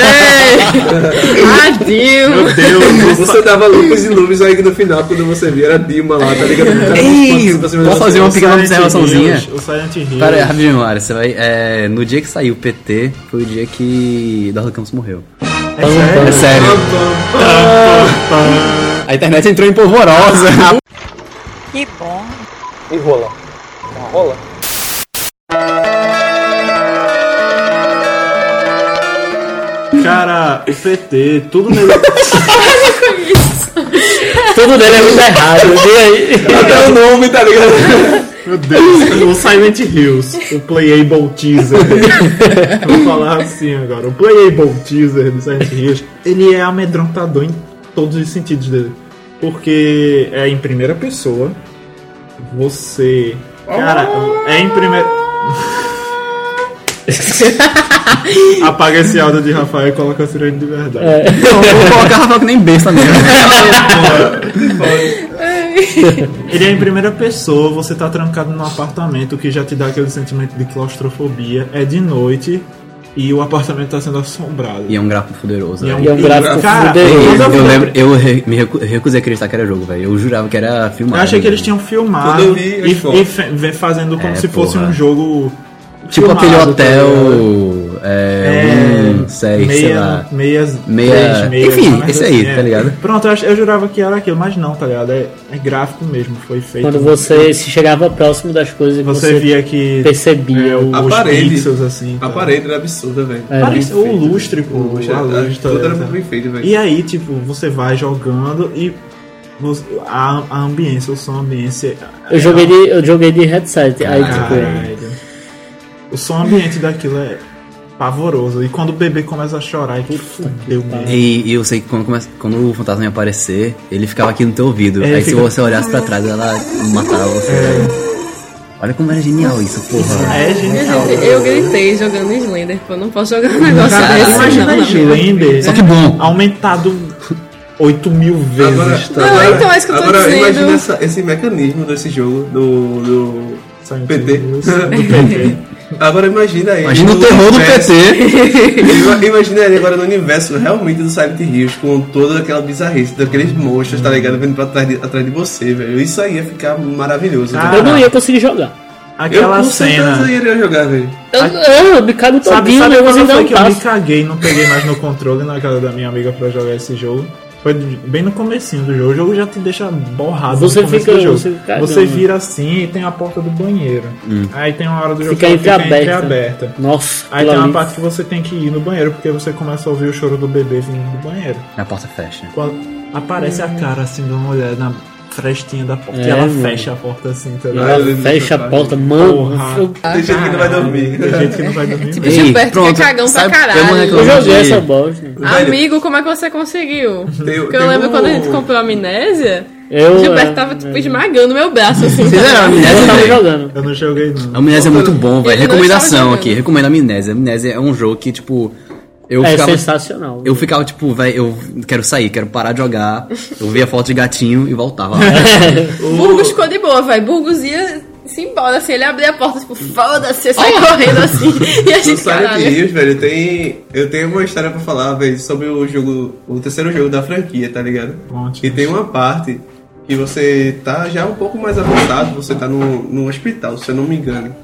S3: Adeus!
S8: Meu Deus, o
S4: Você dava lupos e lupos aí que no final, quando você via, era Dilma lá, tá ligado? Era
S7: Ei,
S4: um ponto pra cima de
S7: posso
S4: você.
S7: fazer uma pequena
S8: Silent
S7: observaçãozinha? é
S8: Hills, O Silent Hill.
S7: Pera aí, rapidinho, Mário, você vai. é, no dia que saiu o PT, foi o dia que Darlan Campos morreu.
S8: É sério?
S7: É sério. A internet entrou em polvorosa.
S13: Que bom.
S8: Cara, o PT, tudo nele. é
S2: Tudo dele é muito errado. E aí?
S4: Até o nome, tá ligado?
S8: Meu Deus, o Silent Hills, o Playable Teaser. Vou falar assim agora. O Playable Teaser do Silent Hills, ele é amedrontador em todos os sentidos dele. Porque é em primeira pessoa. Você. Cara, é em primeira. Apaga esse áudio de Rafael e coloca a sirene de verdade.
S7: Não, eu vou colocar Rafael que nem besta mesmo.
S8: Ele é em primeira pessoa, você tá trancado num apartamento que já te dá aquele sentimento de claustrofobia. É de noite e o apartamento tá sendo assombrado.
S7: E é um gráfico poderoso.
S8: E é um
S7: velho.
S2: E é um gráfico
S8: Cara,
S2: fudeiro.
S8: Toda
S7: Eu, eu
S8: vez-
S7: lembro, eu re- me recu- recusei a acreditar que era jogo, velho. Eu jurava que era filmado.
S8: Eu achei que eles
S7: velho.
S8: tinham filmado
S4: Quando eu vi, eu
S8: e,
S4: falo.
S8: e fe- vem fazendo como
S7: É,
S8: se fosse
S7: porra.
S8: um jogo.
S7: Tipo
S8: filmado,
S7: aquele
S8: tá
S7: hotel.
S8: ligado?
S7: É. Um, seis, sei
S8: meia-
S7: lá.
S8: Meias,
S7: Meia-
S8: três meias,
S7: Enfim,
S8: uma merda
S7: esse aí,
S8: assim,
S7: tá ligado?
S8: Pronto, eu, ach- eu jurava que era aquilo, mas não, tá ligado? É, é gráfico mesmo, foi feito.
S2: Quando você se chegava próximo das coisas e
S8: Você via que
S2: percebia.
S8: é, o-
S4: A
S8: os
S4: parede.
S8: pixels assim. tá
S4: A parede era absurda, velho.
S2: É.
S8: Parece o
S4: Perfeito.
S8: lustre, pô.
S4: O lustre, é.
S8: a luz, tá
S4: tudo era
S8: ligado?
S4: muito bem feito, velho.
S8: E aí, tipo, você vai jogando e você- a, a ambiência, é o som ambiente.
S2: Eu joguei de, eu joguei de headset. Aí, tipo,
S8: Caralho. O som ambiente daquilo é pavoroso. E quando o bebê começa a chorar, é que fudeu mesmo.
S7: E, e eu sei que quando, começa- quando o fantasma ia aparecer, ele ficava aqui no teu ouvido.
S8: É,
S7: aí
S8: fica-
S7: se você olhasse pra trás, ela matava você. velho. Olha como era genial isso, porra.
S8: É genial.
S3: Gente, eu gritei jogando Slender, pô, não posso jogar um negócio
S8: Cara,
S3: desse.
S8: imagina a
S3: não, não.
S8: é assim, né, Slender
S7: Só que bom.
S8: aumentado 8 mil
S4: Agora,
S8: vezes.
S3: Não, então é isso que eu tô
S4: agora
S3: dizendo.
S4: imagina essa- esse mecanismo desse jogo do. do-
S8: Silent
S4: PT.
S8: Hills, do PT.
S4: Agora imagina aí.
S7: Imagina
S4: no
S7: o terror do
S4: universo-
S7: PT.
S4: Ima- Imagina ele agora no universo realmente do Silent Hills, com toda aquela bizarrice, daqueles monstros, tá ligado? Vindo pra trás de, atrás de você, velho. Isso aí ia ficar maravilhoso.
S8: Ah,
S2: eu não ia conseguir jogar.
S4: eu
S8: Aquela
S4: com
S8: cena.
S4: certeza iria jogar, velho.
S2: Eu, eu, eu Ah, me cago
S8: Sabe,
S2: todinho,
S8: sabe
S2: eu
S8: quando
S2: vou dar
S8: foi
S2: um
S8: que eu me
S2: passo.
S8: caguei e não peguei mais no controle na casa da minha amiga pra jogar esse jogo? Foi bem no comecinho do jogo. O jogo já te deixa borrado
S2: Você
S8: no começo
S2: fica- um
S8: do jogo.
S2: você fica
S8: Você
S2: cagando.
S8: vira assim e tem a porta do banheiro.
S2: Hum.
S8: Aí tem uma hora do jogo
S2: Fica
S8: que
S2: entreaberta.
S8: entreaberta.
S2: Nossa,
S8: Aí
S2: aquilo
S8: tem uma
S2: ali.
S8: parte que você tem que ir no banheiro, porque você começa a ouvir o choro do bebê vindo do banheiro.
S7: A porta fecha.
S8: Quando aparece a cara assim de uma mulher na frestinha da porta.
S2: É,
S8: e ela
S2: mano.
S8: fecha a porta assim, tá
S2: E
S8: ligado?
S2: ela fecha a porta, mano.
S8: Porra.
S2: Eu,
S4: Tem gente que não vai dormir.
S8: Tem gente que não vai dormir mesmo.
S3: Gilberto, que é cagão pra caralho.
S7: Eu não
S4: é
S2: eu
S7: reclamo
S2: joguei
S7: de-
S2: essa bosta.
S3: Amigo, como é que você conseguiu?
S4: Tem-
S3: Porque eu
S4: tem
S3: lembro
S4: um-
S3: quando a gente comprou a amnésia,
S2: Eu,
S3: Gilberto
S2: é,
S3: tava tipo esmagando meu braço assim.
S7: Vocês eram
S2: eu tava
S7: É, amnésia, velho?
S2: jogando.
S8: Eu não joguei não.
S7: A Amnésia é muito bom, velho.
S3: Eu não estava
S7: Recomendação
S3: jogando.
S7: aqui. Recomendo a Amnésia. A Amnésia é um jogo que, tipo... Eu
S2: é
S7: ficava...
S2: sensacional.
S7: Eu ficava tipo, velho, eu quero sair, quero parar de jogar. Eu via foto de gatinho e voltava.
S3: Burgos ficou de boa, vai. Burgos ia se embora, assim, ele abria a porta, tipo, foda-se, sai
S4: Oh!
S3: correndo assim. E a
S4: No
S3: gente,
S4: Silent
S3: caralho.
S4: Hills, velho, tem, eu tenho uma história pra falar, velho, sobre o jogo, o terceiro jogo da franquia, tá ligado?
S8: Ótimo.
S4: E tem uma parte que você tá já um pouco mais avançado, você tá num, num hospital, se eu não me engano.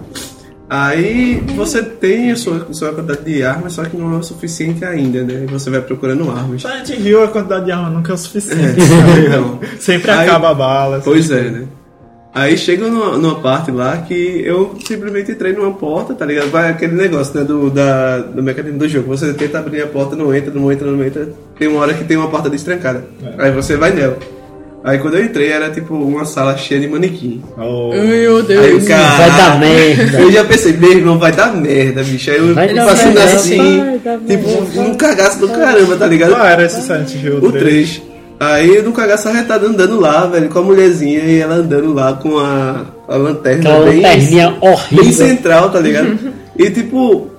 S4: Aí você tem a sua, a sua quantidade de armas, só que não é o suficiente ainda, né? E você vai procurando armas.
S8: A gente riu, a quantidade de arma nunca é o suficiente.
S4: É, então.
S8: Sempre
S4: Aí-
S8: acaba a bala. assim.
S4: Pois
S8: sempre-
S4: é, né? Aí chega numa, numa parte lá que eu simplesmente entrei numa porta, tá ligado? Vai aquele negócio, né? Do, da, do mecanismo do jogo. Você tenta abrir a porta, não entra, não entra, não entra. Tem uma hora que tem uma porta destrancada. Aí você vai nela. Aí quando eu entrei era tipo uma sala cheia de manequim.
S3: Meu Deus.
S4: Aí o cara...
S2: Vai dar merda.
S4: Eu já pensei, meu irmão, vai dar merda, bicho. Aí eu
S2: Vai dar
S4: passando
S2: merda,
S4: assim,
S2: vai dar
S4: tipo,
S2: merda.
S4: um cagaço do caramba, tá ligado?
S8: Qual era esse Silent Hill
S4: O
S8: três?
S4: 3. Aí no cagaço arretado andando lá, velho, com a mulherzinha e ela andando lá com a, a lanterna
S2: Aquela
S4: bem.
S2: lanterninha
S7: assim.
S2: horrível.
S4: Bem central, tá ligado? e tipo.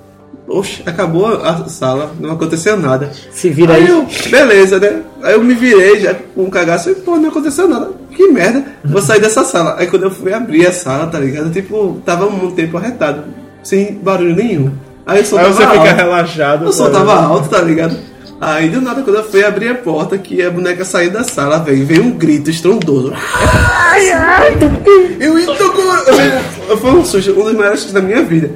S4: Oxe, acabou a a sala, não aconteceu nada.
S2: Se vira aí.
S4: eu, beleza, né? Aí eu me virei já com um cagaço e, pô, não aconteceu nada. Que merda, vou sair dessa sala. Aí quando eu fui abrir a sala, tá ligado? Tipo, tava um tempo arretado, sem barulho nenhum. Aí eu só
S8: Aí
S4: tava
S8: você fica
S4: alto.
S8: relaxado.
S4: Eu só
S8: sabe?
S4: tava alto, tá ligado? Aí do nada, quando eu fui abrir a porta, que a boneca saiu da sala, velho, veio um grito estrondoso. Ai, ai! Eu ia tô com. eu- Foi um susto, um dos maiores sustos da minha vida.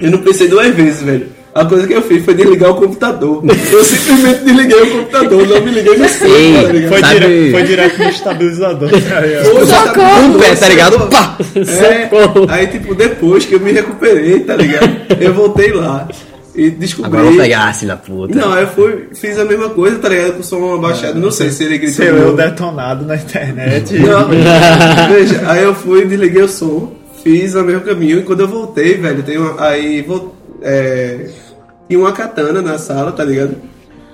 S4: Eu não pensei duas vezes, velho. A coisa que eu fiz foi desligar o computador. Eu simplesmente desliguei o computador, não me liguei no celular, tá ligado?
S8: Foi,
S14: Sabe-
S8: dire... foi direto no estabilizador.
S4: Hoje tá tudo,
S14: Um pé, tá ligado?
S4: socorro.
S14: Pá!
S4: É, aí, tipo, depois que eu me recuperei, tá ligado? Eu voltei lá e descobri.
S14: Agora eu vou pegar, filha da puta.
S4: Não, eu fui, fiz a mesma coisa, tá ligado? Com o som abaixado. Não sei se ele gritou.
S8: Seu
S4: de
S8: eu
S4: novo.
S8: detonado na internet.
S4: Não, veja, aí eu fui, desliguei o som, fiz o mesmo caminho e quando eu voltei, velho, tem uma, aí vol- é, tinha uma katana na sala, tá ligado?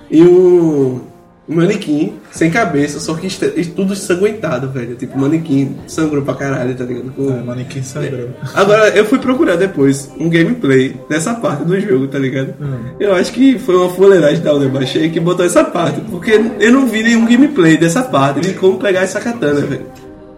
S4: E um, um manequim sem cabeça, só que este- tudo sanguentado, velho. Tipo, manequim sangrou pra caralho, tá ligado? Com-
S8: O né? manequim sangrou.
S4: Agora, eu fui procurar depois um gameplay dessa parte do jogo, tá ligado? Eu acho que foi uma fuleiragem da Alder Baixei que botou essa parte, porque eu não vi nenhum gameplay dessa parte de como pegar essa katana, velho.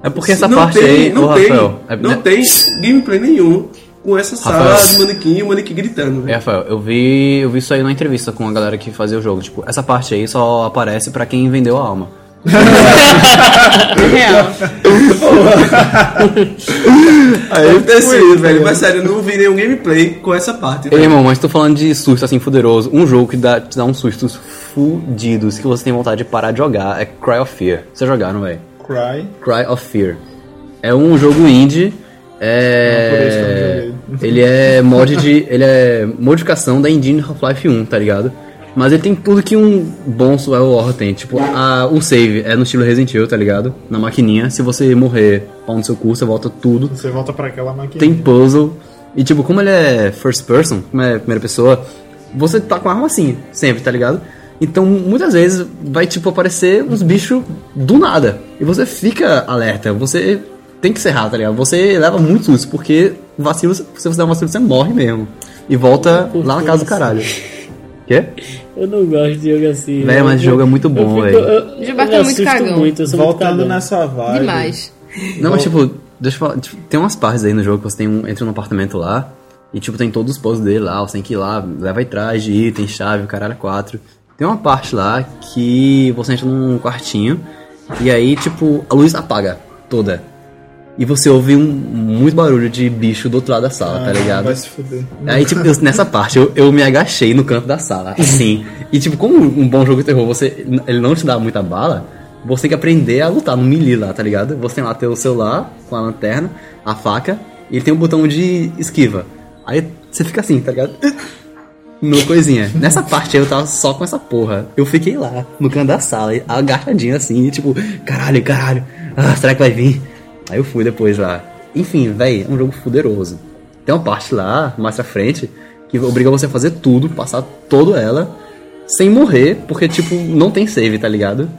S7: É porque essa
S4: não
S7: parte
S4: tem,
S7: aí,
S4: não
S7: ô
S4: tem,
S7: Rafael. é-
S4: não tem gameplay nenhum com essa sala
S7: Rafael.
S4: de manequim e o manequim gritando,
S7: É,
S4: velho.
S7: Rafael, eu vi, eu vi isso aí na entrevista com a galera que fazia o jogo. Tipo, essa parte aí só aparece pra quem vendeu a alma. assim.
S3: Real.
S4: Aí eu pensei, velho, mas sério, eu não vi nenhum gameplay com essa parte.
S7: Ei,
S4: velho.
S7: irmão, mas tô falando de susto assim, fuderoso. Um jogo que dá, te dá uns sustos fudidos que você tem vontade de parar de jogar é Cry of Fear. Vocês jogaram, velho?
S8: Cry.
S7: Cry of Fear. É um jogo indie.
S8: Não, por isso que
S7: É...
S8: eu não joguei.
S7: Ele é mod de. Ele é modificação da engine Half-Life 1, tá ligado? Mas ele tem tudo que um bom survival horror tem. Tipo, a- o save é no estilo Resident Evil, tá ligado? Na maquininha. Se você morrer, pau no seu cu, você volta tudo.
S8: Você volta pra aquela máquina.
S7: Tem puzzle. E tipo, como ele é first person, como é primeira pessoa, você tá com a arma assim, sempre, tá ligado? Então, muitas vezes vai tipo aparecer uns bichos do nada. E você fica alerta, você tem que serrar, tá ligado? Você leva muito susto, porque vacilo, se você der um vacilo, você morre mesmo. E volta lá na casa do caralho. Quê?
S2: Eu não gosto de jogo assim.
S7: Véi, mas
S2: Eu-
S7: esse jogo é muito
S2: eu
S7: bom,
S2: fico-
S7: véi.
S2: eu- eu
S3: Gilberto
S2: me
S3: é muito
S2: assusto
S3: cagão.
S2: muito, eu sou muito
S8: Voltando
S2: cagão.
S8: nessa vibe.
S3: Demais.
S7: Não, mas
S8: Então-
S7: tipo, deixa eu falar. tipo, tem umas partes aí no jogo que você tem um, entra num apartamento lá. E tipo, tem todos os puzzles dele lá. Você tem que ir lá, leva atrás de item, chave, o caralho, é quatro. Tem uma parte lá que você entra num quartinho. E aí, tipo, a luz apaga toda. E você ouve um muito barulho de bicho do outro lado da sala, tá
S8: Ah,
S7: ligado?
S8: Vai se fuder.
S7: Aí, tipo, eu- nessa parte, eu, eu me agachei no canto da sala, assim. E, tipo, como um bom jogo de terror, você, ele não te dá muita bala, você tem que aprender a lutar no melee lá, tá ligado? Você tem lá teu celular, com a lanterna, a faca, e ele tem um botão de esquiva. Aí você fica assim, tá ligado? No coisinha. Nessa parte aí eu tava só com essa porra. Eu fiquei lá, no canto da sala, agachadinho assim, e tipo, caralho, caralho, ah, será que vai vir? Aí eu fui depois lá. Enfim, véi, é um jogo fuderoso. Tem uma parte lá, mais pra frente, que obriga você a fazer tudo, passar toda ela, sem morrer, porque, tipo, não tem save, tá ligado?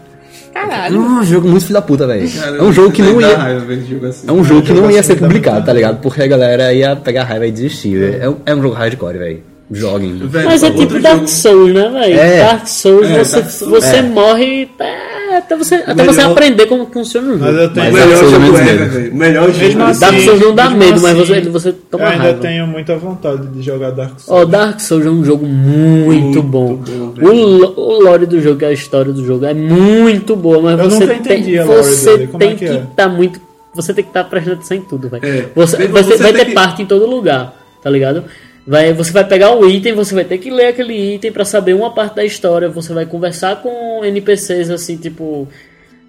S3: Caralho.
S7: Não, é um jogo muito filho da puta, velho.
S4: Cara,
S7: É um jogo que
S4: dá-
S7: não
S4: dá
S7: ia.
S4: raiva ver esse jogo assim.
S7: É um jogo que não
S8: jogo
S7: ia
S8: assim
S7: ser
S8: dá
S7: publicado, tá ligado? Porque a galera ia pegar raiva e desistir. velho. É um- É um jogo hardcore, velho. Joguem.
S4: Velho,
S2: Mas é
S4: outro
S2: tipo Dark
S4: jogo-
S2: Souls, né, velho?
S7: É.
S2: Dark Souls,
S4: É,
S2: você,
S4: Dark Souls.
S2: você
S7: É.
S2: morre é, até você, até
S4: Melhor-
S2: você aprender como funciona o
S8: Mas
S2: jogo.
S8: eu tenho.
S4: O
S7: Mas é
S4: melhor
S7: absolutamente
S4: jogo
S7: medo.
S4: ever, velho. O Melhor jogo.
S8: Mesmo assim,
S2: Dark Souls não dá
S8: mesmo
S2: medo, mas você,
S8: assim,
S2: você
S8: Eu
S2: toma
S8: ainda
S2: raiva.
S8: tenho muita vontade de jogar Dark
S2: Ó,
S8: Souls.
S2: Dark Souls é um jogo muito, bom.
S8: velho.
S2: o, lo- o lore do jogo, a história do jogo é muito boa, mas
S8: Eu
S2: você
S8: nunca
S2: tem,
S8: entendi a lore
S2: você
S8: dele, como é
S2: tem
S8: que
S2: que tá
S8: é?
S2: estar muito, você tem que estar tá prestando atenção em tudo, velho.
S4: É.
S2: Você,
S4: Mesmo
S2: você
S4: você
S2: vai
S4: tem
S2: ter
S4: que-
S2: parte em todo lugar. tá ligado? Vai, você vai pegar um item, você vai ter que ler aquele item pra saber uma parte da história, você vai conversar com NPCs assim, tipo,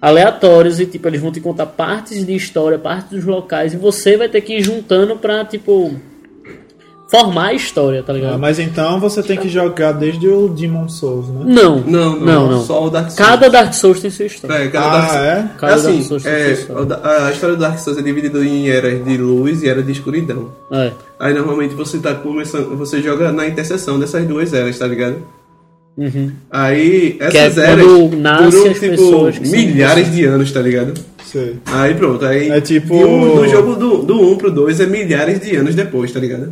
S2: aleatórios e tipo, eles vão te contar partes de história, partes dos locais e você vai ter que ir juntando pra, tipo, formar a história, tá ligado?
S8: Ah, mas então você tem que jogar desde o Demon Souls, né?
S2: Não. Não, não, não.
S4: Só o Dark Souls.
S2: Cada Dark Souls tem sua história.
S4: É, cada
S8: Ah,
S4: Dark Souls. É
S2: Cada Ah,
S4: assim,
S2: Dark Souls tem
S4: é,
S2: sua história.
S4: o da- a história do Dark Souls é dividida em eras de luz e era de escuridão.
S2: É.
S4: Aí normalmente você tá começando. Você joga na interseção dessas duas eras, tá ligado?
S2: Uhum.
S4: Aí
S2: Que
S4: essas
S2: é
S4: eras
S2: quando nasce
S4: duram
S2: as pessoas
S4: tipo
S2: que são
S4: milhares
S2: pessoas.
S4: de anos, tá ligado?
S8: Sei.
S4: Aí pronto, aí.
S8: É tipo-
S4: e o- do jogo do, do 1 pro 2 é milhares de anos depois, tá ligado?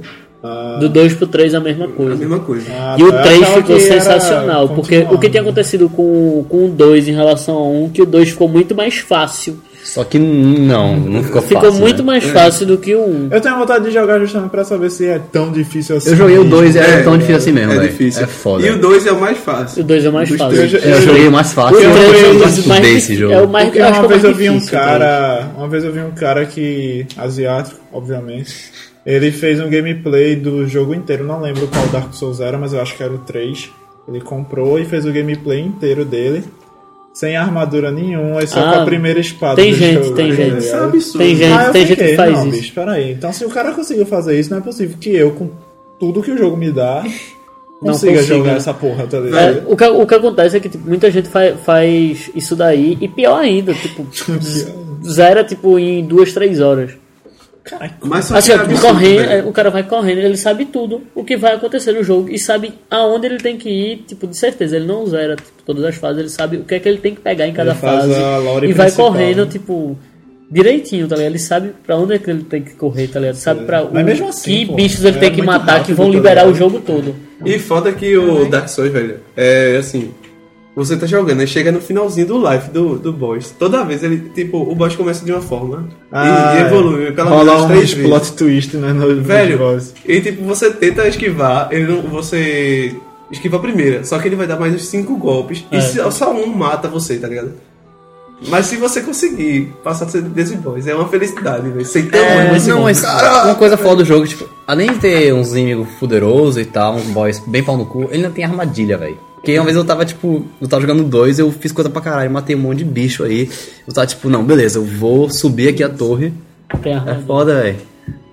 S2: Do 2 pro 3 a mesma coisa. A
S4: mesma coisa.
S8: Ah,
S2: e o
S4: tá.
S2: 3
S4: Achava
S2: ficou
S4: que era
S2: sensacional, porque o que tinha acontecido com, com o 2 em relação ao 1, que o 2 ficou muito mais fácil.
S7: Só que não, não ficou fácil.
S2: Ficou muito
S7: né?
S4: É.
S2: mais fácil do que o 1.
S8: Eu tenho vontade de jogar justamente pra saber se é tão difícil assim.
S7: Eu joguei o 2 e era
S8: É,
S7: tão difícil assim mesmo,
S8: é
S7: velho.
S8: difícil.
S7: É foda.
S4: E o 2 é o mais fácil.
S2: O 2 é o mais
S4: Dos
S2: fácil.
S4: três,
S7: Eu, joguei o mais fácil.
S8: Eu joguei o mais
S7: estudei esse
S8: difícil.
S7: jogo.
S2: É o mais-
S8: Porque
S2: eu acho
S8: uma
S2: que é o
S8: vez eu
S2: mais
S8: vi um
S2: difícil,
S8: cara. Uma vez eu vi um cara que. asiático, obviamente. Ele fez um gameplay do jogo inteiro. Não lembro qual Dark Souls era, mas eu acho que era o 3. Ele comprou e fez o gameplay inteiro dele. Sem armadura nenhuma, e só
S2: Ah,
S8: com a primeira espada.
S2: tem
S8: do
S2: gente,
S8: jogo,
S2: tem
S8: tá
S2: gente.
S4: é
S8: ligado?
S2: Tem gente,
S8: Ah, eu
S2: tem gente que
S8: fiquei,
S2: faz
S8: não,
S2: isso.
S8: Bicho, peraí. Então, se o cara conseguiu fazer isso, não é possível que eu, com tudo que o jogo me dá,
S2: Não
S8: consiga
S2: consiga.
S8: jogar essa porra, tá ligado?
S2: É, o, que, o que acontece é que tipo, muita gente fa- faz isso daí, e pior ainda, tipo, zera tipo, em duas, três horas.
S4: Mas só
S2: Assim,
S4: que
S2: ó,
S4: é absurdo,
S2: correndo,
S4: velho.
S2: é, o cara vai correndo, ele sabe tudo o que vai acontecer no jogo e sabe aonde ele tem que ir, tipo, de certeza. Ele não zera tipo, todas as fases, ele sabe o que é que ele tem que pegar em cada
S8: Ele faz
S2: fase.
S8: a lore
S2: E vai
S8: principal,
S2: correndo,
S8: né?
S2: tipo, direitinho, tá ligado? Ele sabe pra onde é que ele tem que correr, tá ligado? Sabe pra
S8: Mas
S2: o-
S8: mesmo assim,
S2: que
S8: pô,
S2: bichos ele
S8: é
S2: tem que
S8: muito
S2: matar que
S8: rápido,
S2: vão
S8: tá
S2: liberar o
S8: ligado?
S2: jogo todo.
S4: E foda que o Dark Souls, velho, é assim. Você tá jogando, aí chega no finalzinho do life do, do boss. Toda vez ele, tipo, o boss começa de uma forma
S8: Ah,
S4: e, e
S8: é.
S4: evolui pelo
S8: Rola
S4: menos três
S8: uns
S4: vezes.
S8: plot twist, né? No, nos
S4: Velho,
S8: bosses.
S4: e tipo, você tenta esquivar, ele não, você esquiva a primeira, só que ele vai dar mais uns cinco golpes
S2: É.
S4: e se- só um mata você, tá ligado? Mas se você conseguir passar desse boss, é uma felicidade, velho. Sem ter
S7: É,
S4: um
S7: não, mas uma coisa foda do jogo, tipo, além de ter uns inimigos fuderosos e tal, uns boys bem pau no cu, ele ainda tem armadilha, velho. Porque uma vez eu tava, tipo, eu tava jogando dois, eu fiz coisa pra caralho, matei um monte de bicho aí. Eu tava tipo, não, beleza, eu vou subir aqui a torre.
S2: Tem
S7: É foda, velho.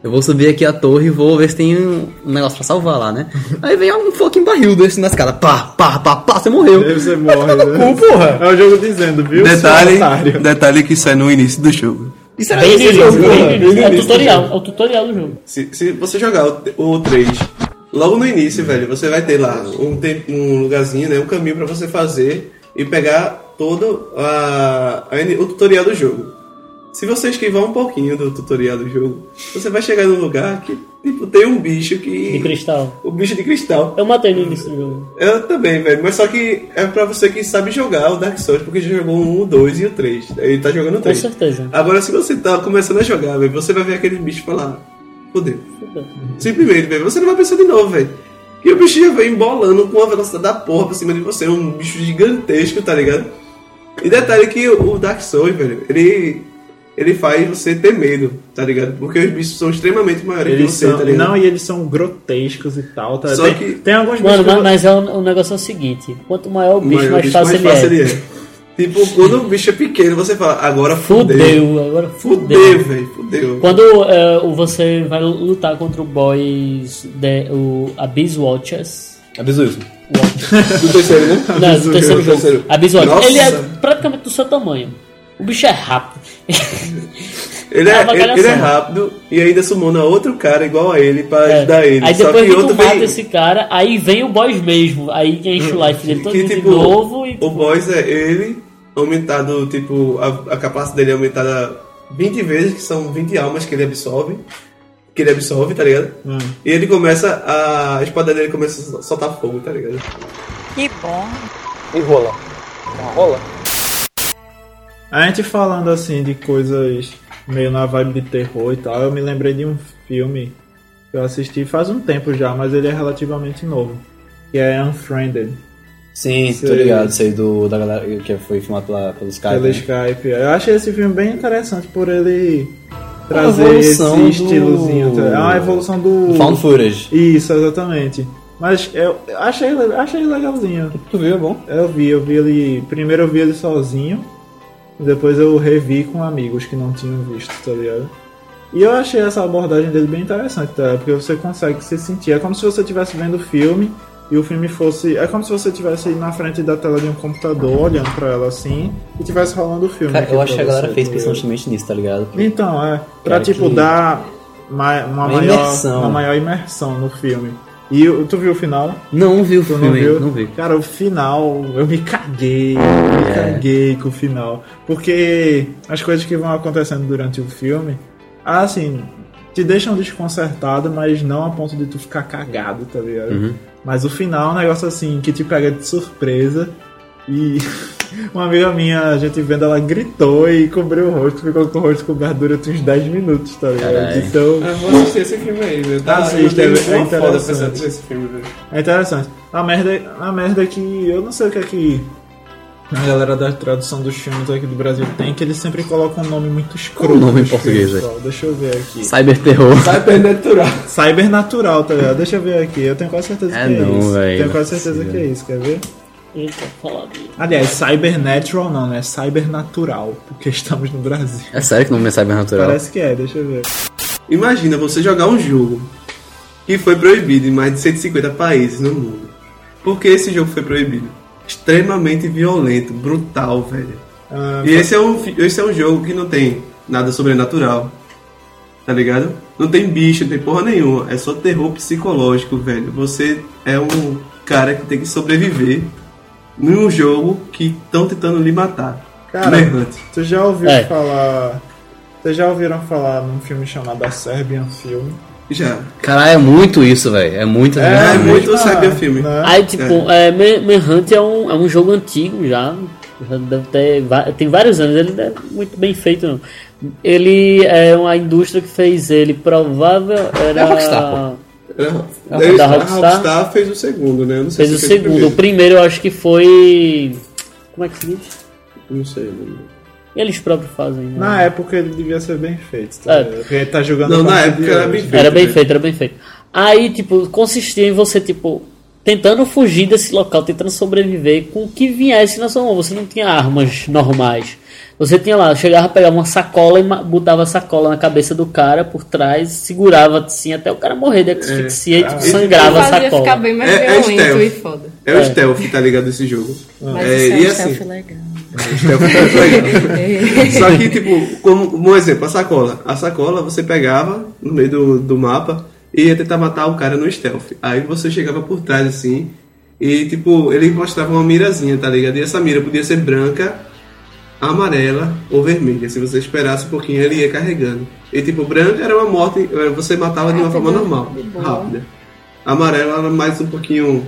S7: Eu vou subir aqui a torre e vou ver se tem um um negócio pra salvar lá, né? Aí vem um fucking barril desse na escada. Pá, pá, pá, pá, você morreu.
S8: Aí você morre,
S7: Cu,
S8: né?
S7: porra.
S8: É o jogo dizendo, viu? seu otário?
S4: detalhe que isso é no início do jogo.
S7: Isso
S2: Bem no início, bem no início. É o
S4: Bem no
S2: tutorial, é o tutorial do jogo.
S4: Se, se você jogar o, o 3 logo no início, velho, você vai ter lá um, te- um lugarzinho, né? Um caminho pra você fazer e pegar todo a, a N- o tutorial do jogo. Se você esquivar um pouquinho do tutorial do jogo, você vai chegar num lugar que tipo, tem um bicho que.
S2: De cristal.
S4: O bicho de cristal.
S2: Eu matei no início do jogo.
S4: Eu também, velho. Mas só que é pra você que sabe jogar o Dark Souls, porque já jogou o 1, o 2 e o 3. Ele tá jogando o
S2: Com
S4: 3.
S2: certeza.
S4: Agora, se você tá começando a jogar, velho, você vai ver aquele bicho e falar: fodeu. Simplesmente, velho. Você não vai pensar de novo, velho. E o bicho já vem embolando com uma velocidade da porra pra cima de você. Um bicho gigantesco, tá ligado? E detalhe que o Dark Souls, velho, ele. Ele faz você ter medo, tá ligado? Porque os bichos são extremamente maiores
S8: Eles
S4: que você,
S8: são,
S4: tá ligado?
S8: não, e eles são grotescos e tal. Tá?
S4: Só
S8: tem,
S4: que-
S8: tem alguns
S2: Mano,
S8: bichos
S2: mas,
S8: que-
S2: mas é o, o negócio é o seguinte: quanto maior o bicho,
S4: Maior
S2: mais,
S4: bicho,
S2: fácil ele é.
S4: Tipo, quando o bicho é pequeno, você fala, agora fudeu.
S2: Fudeu, agora fudeu.
S4: Fudeu, velho, fudeu.
S2: Quando é, o- você vai lutar contra o boys de, o Abyss Watchers.
S7: Absurdo.
S4: Do terceiro, né?
S2: Não, do terceiro
S4: Do
S2: jogo.
S4: terceiro.
S2: Abyss Watchers.
S4: Nossa.
S2: Ele é praticamente do seu tamanho. O bicho é rápido.
S4: Ele
S2: É
S4: é,
S2: uma
S4: ele, ele é
S2: galhação.
S4: rápido e ainda sumona outro cara igual a ele pra ajudar ele.
S2: É. Aí
S4: Só
S2: depois
S4: que
S2: que tu
S4: outro
S2: mata
S4: vem.
S2: esse cara, aí vem o boss mesmo. Aí enche o life dele todo
S4: que,
S2: de
S4: tipo,
S2: novo e.
S4: O boss é ele, aumentado, tipo, a, a capacidade dele é aumentada 20 vezes, que são 20 almas que ele absorve. Que ele absorve, tá ligado?
S8: Hum.
S4: E ele começa. A, a espada dele começa a sol- soltar fogo, tá ligado?
S13: Que bom.
S5: E rola. Rola.
S8: A gente falando assim de coisas meio na vibe de terror e tal, eu me lembrei de um filme que eu assisti faz um tempo já, mas ele é relativamente novo. Que é Unfriended.
S7: Sim,
S8: Sei.
S7: tô ligado, sei do, da galera
S11: Tá
S7: que foi filmado pela, pelo Skype.
S8: Pelo
S7: né?
S8: Skype. Eu achei esse filme bem interessante por ele trazer esse
S11: evolução do- um
S8: estilozinho. tá? É uma evolução
S7: né?
S8: do.
S11: Found footage.
S8: Isso, exatamente. Mas eu achei, achei legalzinho.
S7: Tu viu, é bom?
S8: Eu vi, eu vi ele. Primeiro eu vi ele sozinho. Depois eu revi com amigos que não tinham visto, tá ligado? E eu achei essa abordagem dele bem interessante, tá? Porque você consegue se sentir. É como se você estivesse vendo o filme e o filme fosse. É como se você estivesse na frente da tela de um computador, olhando pra ela assim, e tivesse rolando o filme.
S11: Cara,
S8: aqui
S11: eu
S8: é
S11: acho
S8: pra
S11: que a
S8: você,
S11: galera fez
S8: tá
S11: pensando
S8: ligado?
S11: justamente nisso, tá ligado?
S8: Então, é. Pra,
S11: Cara,
S8: tipo,
S11: que-
S8: dar ma- uma,
S11: Uma
S8: maior,
S11: imersão.
S8: uma maior imersão no filme. E o- tu viu o final?
S11: Não vi o
S8: Tu
S11: filme, não vi. É.
S8: Cara, o final, eu me caguei. Eu me caguei com o final. Porque as coisas que vão acontecendo durante o filme, assim, te deixam desconcertado, mas não a ponto de tu ficar cagado, tá ligado?
S11: Uhum.
S8: Mas o final é um negócio assim que te pega de surpresa. E uma amiga minha, a gente vendo, ela gritou e cobriu o rosto, ficou com o rosto coberto durante uns 10 minutos, tá ligado?
S4: Caralho.
S8: Então.
S4: Eu vou assistir esse filme aí, velho. Tá,
S8: Assista,
S4: eu
S8: é,
S4: tenho
S8: é
S4: uma foda pensando
S8: interessante.
S4: nesse filme, velho.
S8: É interessante. A merda, a merda é que eu não sei o que é que a galera da tradução dos filmes aqui do Brasil tem, que eles sempre colocam um nome muito escroto.
S7: Qual o nome em
S8: nos filmes,
S7: português,
S8: pessoal. Deixa eu ver aqui.
S7: Cyberterror.
S8: Cybernatural. Cybernatural, tá ligado? Deixa eu ver aqui. Eu tenho quase certeza
S7: É
S8: que
S7: não,
S8: é isso.
S7: velho,
S8: Tenho
S7: não
S8: quase certeza
S7: precisa.
S8: que é isso, quer ver?
S2: Eita, falar dele.
S8: Aliás, Cybernatural não, né? Cybernatural, porque estamos no Brasil.
S7: É sério que não é Cybernatural?
S8: Parece que é, deixa eu ver.
S4: Imagina você jogar um jogo que foi proibido em mais de 150 países no mundo. Por que esse jogo foi proibido? Extremamente violento, brutal, velho.
S8: Ah,
S4: E esse é, um, fi- esse é um jogo que não tem nada sobrenatural. Tá ligado? Não tem bicho, não tem porra nenhuma. É só terror psicológico, velho. Você é um cara que tem que sobreviver num jogo que estão tentando lhe matar.
S8: Cara,
S4: Merhante.
S8: tu já ouviu
S4: É.
S8: falar. Vocês já ouviram falar num filme chamado A Serbian Film?
S4: Já.
S7: Caralho, é muito isso, velho. É muito Cyberpunk.
S4: tipo, ah, né?
S8: né?
S2: Aí, tipo, é. Man- Manhunt é um, é um jogo antigo já. já Deve ter, va- tem vários anos, ele não é muito bem feito, não. Ele é uma indústria que fez ele, provável. Era
S4: É Rockstar,
S2: É, Era
S4: Daí
S2: da
S4: a
S2: Rockstar.
S4: Rockstar fez o segundo, né? Eu não sei
S2: tá? Fez o
S4: se fez
S2: segundo. O primeiro eu acho que foi. Como é que se diz?
S4: Não sei, né? não.
S2: Eles próprios fazem. né?
S8: Na época ele devia ser bem feito. Tá?
S2: É.
S8: Porque ele tá jogando
S4: Não,
S8: com
S4: na
S8: esse
S4: época
S8: de
S4: era
S8: hoje.
S4: bem feito,
S2: Era bem feito, era bem feito. Aí, tipo, consistia em você, tipo, tentando fugir desse local, tentando sobreviver com o que viesse na sua mão. Você não tinha armas normais. Você tinha lá, chegava, pegava uma sacola e ma- botava a sacola na cabeça do cara por trás, segurava assim até o cara morrer
S8: É,
S2: de asfixia e tipo, sangrava a
S3: Fazia
S2: sacola.
S3: ficar bem mais
S4: É, é
S3: violento
S4: stealth.
S3: e foda.
S4: É o stealth, tá ligado? Esse jogo.
S3: Mas
S4: É,
S3: isso é
S4: e
S3: um
S4: assim,
S3: stealth legal.
S4: Stealth tá legal. Só que, tipo, como um exemplo, a sacola. A sacola você pegava no meio do, do mapa e ia tentar matar o cara no stealth. Aí você chegava por trás assim e, tipo, ele mostrava uma mirazinha, tá ligado? E essa mira podia ser branca, amarela ou vermelha. Se você esperasse um pouquinho, ele ia carregando. E, tipo, branca era uma morte, eh, você matava Ah, de uma forma normal, rápida. Amarela era mais um pouquinho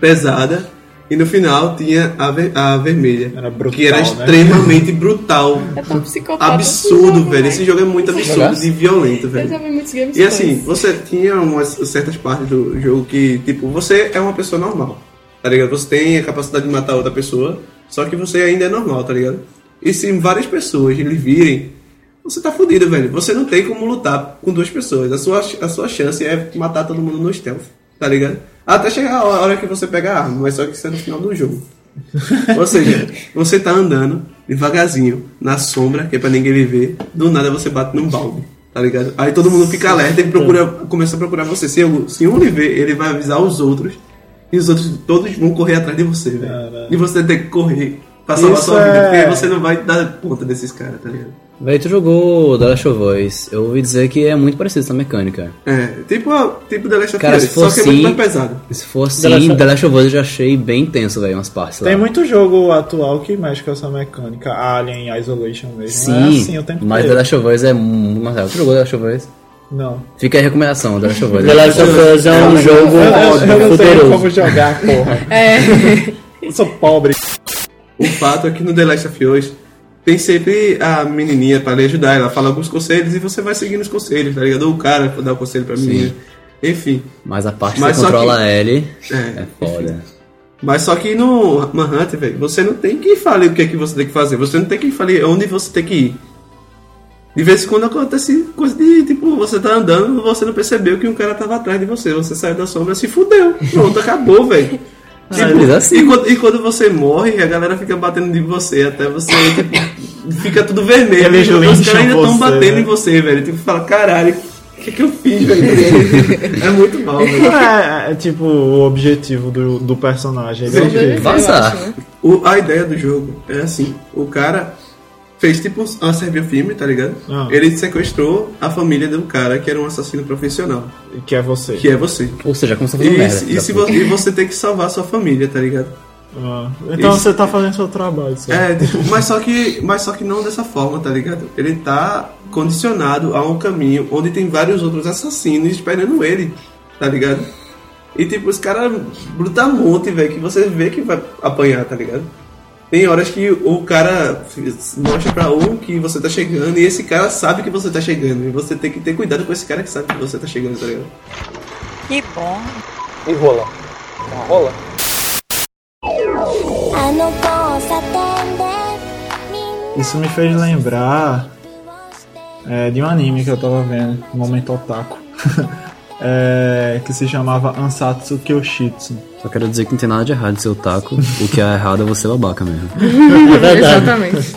S4: pesada. E no final tinha a, ver- a vermelha. que era
S8: né?
S4: extremamente brutal.
S3: É tão psicopata
S4: absurdo,
S3: esse jogo,
S4: velho.
S3: né?
S4: Esse jogo é muito absurdo
S3: Jogasse?
S4: e violento, velho.
S3: Eu já vi muitos games
S4: E assim, você tinha umas certas partes do jogo que, tipo, você é uma pessoa normal, tá ligado? Você tem a capacidade de matar outra pessoa, só que você ainda é normal, tá ligado? E se várias pessoas lhe virem, você tá fudido, velho. Você não tem como lutar com duas pessoas. A sua, a sua chance é matar todo mundo no stealth, tá ligado? Até chegar a hora que você pega a arma, mas só que isso é no final do jogo. Ou seja, você tá andando devagarzinho, na sombra, que é pra ninguém lhe ver, do nada você bate num balde, tá ligado? Aí todo mundo fica alerta e procura, começa a procurar você. Se, eu- se um lhe ver, ele vai avisar os outros, e os outros todos vão correr atrás de você, velho. E você tem que correr pra salvar
S8: Isso
S4: sua vida,
S8: é-
S4: porque você não vai dar conta desses caras, tá ligado?
S7: Véi, tu jogou The Last of Us. Eu ouvi dizer que é muito parecido essa mecânica.
S4: É, tipo, a- tipo The Last of
S7: Cara,
S4: Us,
S7: se for
S4: só que é
S7: assim-
S4: muito mais pesado.
S7: Se for assim,
S4: The Last of-
S7: The Last of Us eu já achei bem tenso, velho, umas partes lá.
S8: Tem muito jogo atual que mexe com essa mecânica. Alien Isolation mesmo. é
S11: Ah,
S7: Sim,
S8: assim o tempo
S7: mas The
S8: inteiro.
S7: Last of Us é muito mais legal. Tu jogou The Last of Us?
S8: Não.
S7: Fica aí a recomendação, The Last of Us.
S2: The Last of Us é um jogo
S8: Eu, eu, eu não sei
S2: poderoso.
S8: como é jogar, porra.
S4: É.
S8: Eu sou pobre.
S4: O fato é que no The Last of Us tem sempre a menininha pra lhe ajudar. Ela fala alguns conselhos e você vai seguindo os conselhos, tá ligado? Ou o cara dá o conselho pra menina. Enfim.
S7: Mas a parte que
S4: Mas
S7: você
S4: só que-
S7: controla ele
S4: É.
S7: é foda.
S4: Mas só que no Manhunt, velho, você não tem que falar o que é que você tem que fazer. Você não tem que falar onde você tem que ir. De vez em quando acontece coisa de tipo, você tá andando você não percebeu que um cara tava atrás de você, você saiu da sombra se fudeu. Pronto, acabou, velho. Ah,
S7: Simples assim.
S4: Tá E quando, e quando você morre, a galera fica batendo de você até você tipo, fica tudo vermelho.
S8: Eles
S4: Tipo, os
S8: lincham
S4: caras ainda tão
S8: é você,
S4: batendo
S8: né?
S4: em você, velho. Tipo, fala, caralho, o que, que eu fiz, velho? É muito mal, velho.
S8: É, é tipo o objetivo do, do personagem. né? Ele
S4: Veja,
S8: objetivo.
S4: O- a ideia do jogo é assim: o cara fez tipo uma serviu filme, tá ligado?
S8: Ah.
S4: Ele sequestrou a família do cara que era um assassino profissional.
S8: Que é você.
S4: Que é você.
S7: Ou seja, como se
S4: E,
S7: fosse merda. tá
S4: se- e se vo- e você tem que salvar sua família, tá ligado?
S8: Ah, então
S4: Isso.
S8: você tá fazendo seu trabalho. Só.
S4: É, tipo, mas só que, mas só que não dessa forma, tá ligado? Ele tá condicionado a um caminho onde tem vários outros assassinos esperando ele, tá ligado? E tipo, os caras brutamonte, velho, que você vê que vai apanhar, tá ligado? Tem horas que o cara mostra pra um que você tá chegando e esse cara sabe que você tá chegando. E você tem que ter cuidado com esse cara que sabe que você tá chegando, tá ligado?
S13: Que bom.
S5: E rola. Uma rola.
S8: Isso me fez lembrar é, de um anime que eu tava vendo, Momento Otaku, é, que se chamava Ansatsu Kyoshitsu.
S11: Só quero dizer que não tem nada de errado em seu taco. o que é errado é você babaca mesmo.
S8: É verdade.
S3: Exatamente.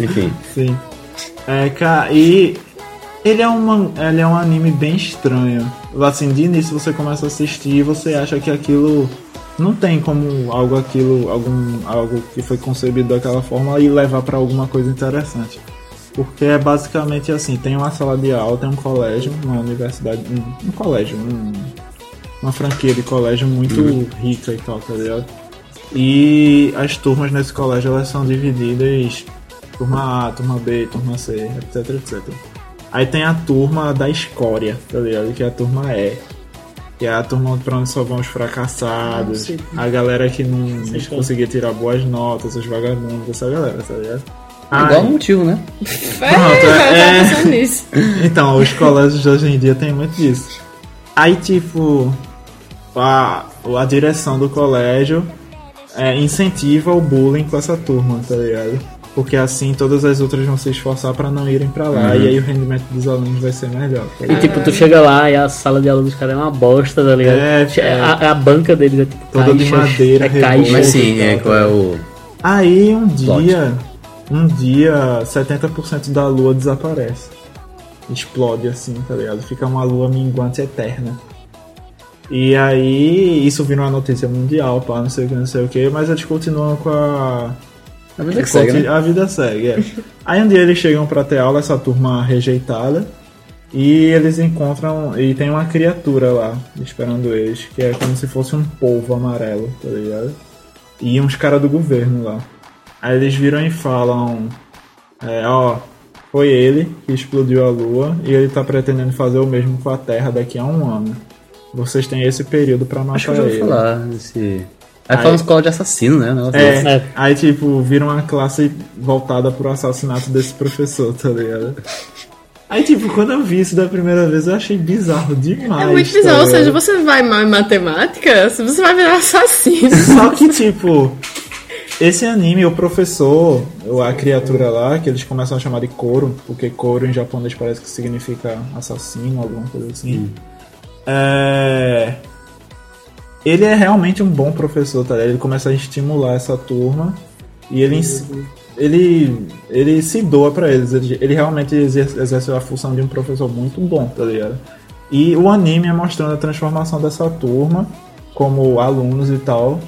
S11: Enfim.
S8: Sim. É, ca- e ele é, um, man- ele é um anime bem estranho. Assim, de início você começa a assistir e você acha que aquilo não tem como algo aquilo, algum, algo que foi concebido daquela forma e levar pra alguma coisa interessante. Porque é basicamente assim, tem uma sala de aula, tem um colégio, uma universidade, um, um colégio, um- uma franquia de colégio muito
S11: Uhum.
S8: rica e tal, tá ligado? E as turmas nesse colégio elas são divididas turma A, turma B, turma C, etc, etc. Aí tem a turma da escória, tá ligado? Que é a turma E. Que é a turma pra onde só vão os fracassados,
S2: Ah, não
S8: a galera que não
S2: Sei qual.
S8: conseguia tirar boas notas, os vagabundos, essa galera, tá
S7: É
S8: ligado? Ai.
S7: igual o motivo, né?
S8: Pronto, é-
S3: eu tava pensando nisso.
S8: Então, os colégios de hoje em dia tem muito disso. Aí, tipo, a, a direção do colégio é, incentiva o bullying com essa turma, tá ligado? Porque assim todas as outras vão se esforçar pra não irem pra lá
S2: Uhum.
S8: e aí o rendimento dos alunos vai ser melhor. tá
S2: E
S8: ligado?
S2: tipo, tu chega lá e a sala de aula dos caras é uma bosta, tá ligado?
S8: É,
S2: Che-
S8: é.
S2: A, a banca deles é tipo
S8: Toda de
S2: caixas,
S8: madeira,
S2: é
S8: reboco.
S2: caixa.
S8: Mas sim,
S11: é, qual é o.
S8: Aí um dia, um dia, 70% da lua desaparece. Explode assim, tá ligado? Fica uma lua minguante eterna. E aí, isso vira uma notícia mundial, pá, não sei o que, não sei o que, mas eles continuam com a.
S7: A
S4: é
S7: vida que segue, né?
S8: A vida segue, é. aí um dia eles chegam pra ter aula, essa turma rejeitada, e eles encontram. E tem uma criatura lá, esperando eles, que é como se fosse um polvo amarelo, tá ligado? E uns caras do governo lá. Aí eles viram e falam: é, Ó, foi ele que explodiu a lua e ele tá pretendendo fazer o mesmo com a Terra daqui a um ano. Vocês têm esse período pra matar
S11: Acho que eu já
S8: ele.
S11: ouvi falar desse. Aí,
S8: Aí-
S11: fala uns colos de assassino, né? Um negócio desse.
S8: É, aí tipo, vira uma classe voltada pro assassinato desse professor, tá ligado? Aí tipo, quando eu vi isso da primeira vez, eu achei bizarro demais.
S3: É muito
S8: tá
S3: bizarro, ou seja,
S8: ligado?
S3: você vai mal em matemática, você vai virar assassino.
S8: Só que, tipo, esse anime, o professor, ou a criatura lá, que eles começam a chamar de Koro, porque Koro em japonês parece que significa assassino, alguma coisa assim. É... Ele é realmente um bom professor, tá? ligado? Ele começa a estimular essa turma e ele, ens- ele, ele se doa pra eles. Ele, ele realmente exer- exerce a função de um professor muito bom, tá ligado? E o anime é mostrando a transformação dessa turma como alunos e tal,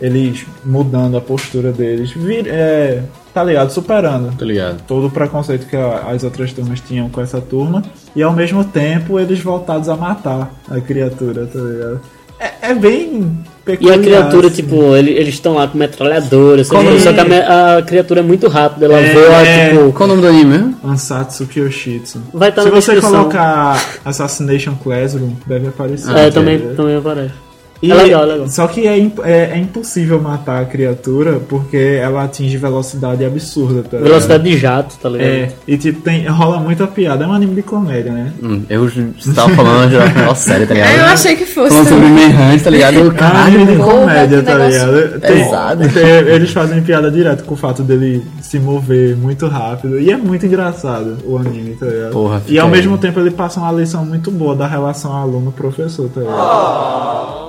S8: eles mudando a postura deles, vir, é, tá ligado? Superando
S7: Tá ligado?
S8: todo o preconceito que a- as outras turmas tinham com essa turma, e ao mesmo tempo eles voltados a matar a criatura, tá ligado? É, é bem
S2: E a
S8: peculiar.
S2: criatura,
S8: assim.
S2: tipo, ele- eles estão lá com metralhadora, sabe?
S8: Como-
S2: só que a, me- a criatura é muito rápida, ela
S8: É,
S2: voa,
S8: é.
S2: tipo.
S7: Qual o nome do anime mesmo?
S8: Ansatsu Kyoshitsu.
S2: Vai tá
S8: Se
S2: na
S8: você
S2: descrição.
S8: colocar Assassination Classroom, deve aparecer.
S2: é,
S8: tá
S2: também,
S8: ligado?
S2: também aparece.
S8: E-
S2: É legal, é legal.
S8: Só que é, imp- é- é impossível matar a criatura porque ela atinge velocidade absurda.
S7: É.
S8: tá ligado?
S2: Velocidade de jato, tá ligado?
S8: É, e tipo, tem, rola muita piada. É um anime de comédia, né?
S7: Hum, eu estava falando já final sério, tá ligado?
S3: É, eu achei que fosse
S7: Falando sobre
S3: também.
S7: Manhunt, tá ligado? Eu,
S8: Ah,
S7: Caralho,
S8: anime de
S7: meu irmão.
S8: comédia, tá
S7: negócio
S8: ligado?
S7: pesado.
S8: tem- eles fazem piada direto com o fato dele se mover muito rápido. E é muito engraçado o anime, tá ligado?
S7: Porra,
S8: e
S7: fica
S8: ao
S7: aí.
S8: mesmo tempo ele passa uma lição muito boa da relação aluno-professor, tá ligado?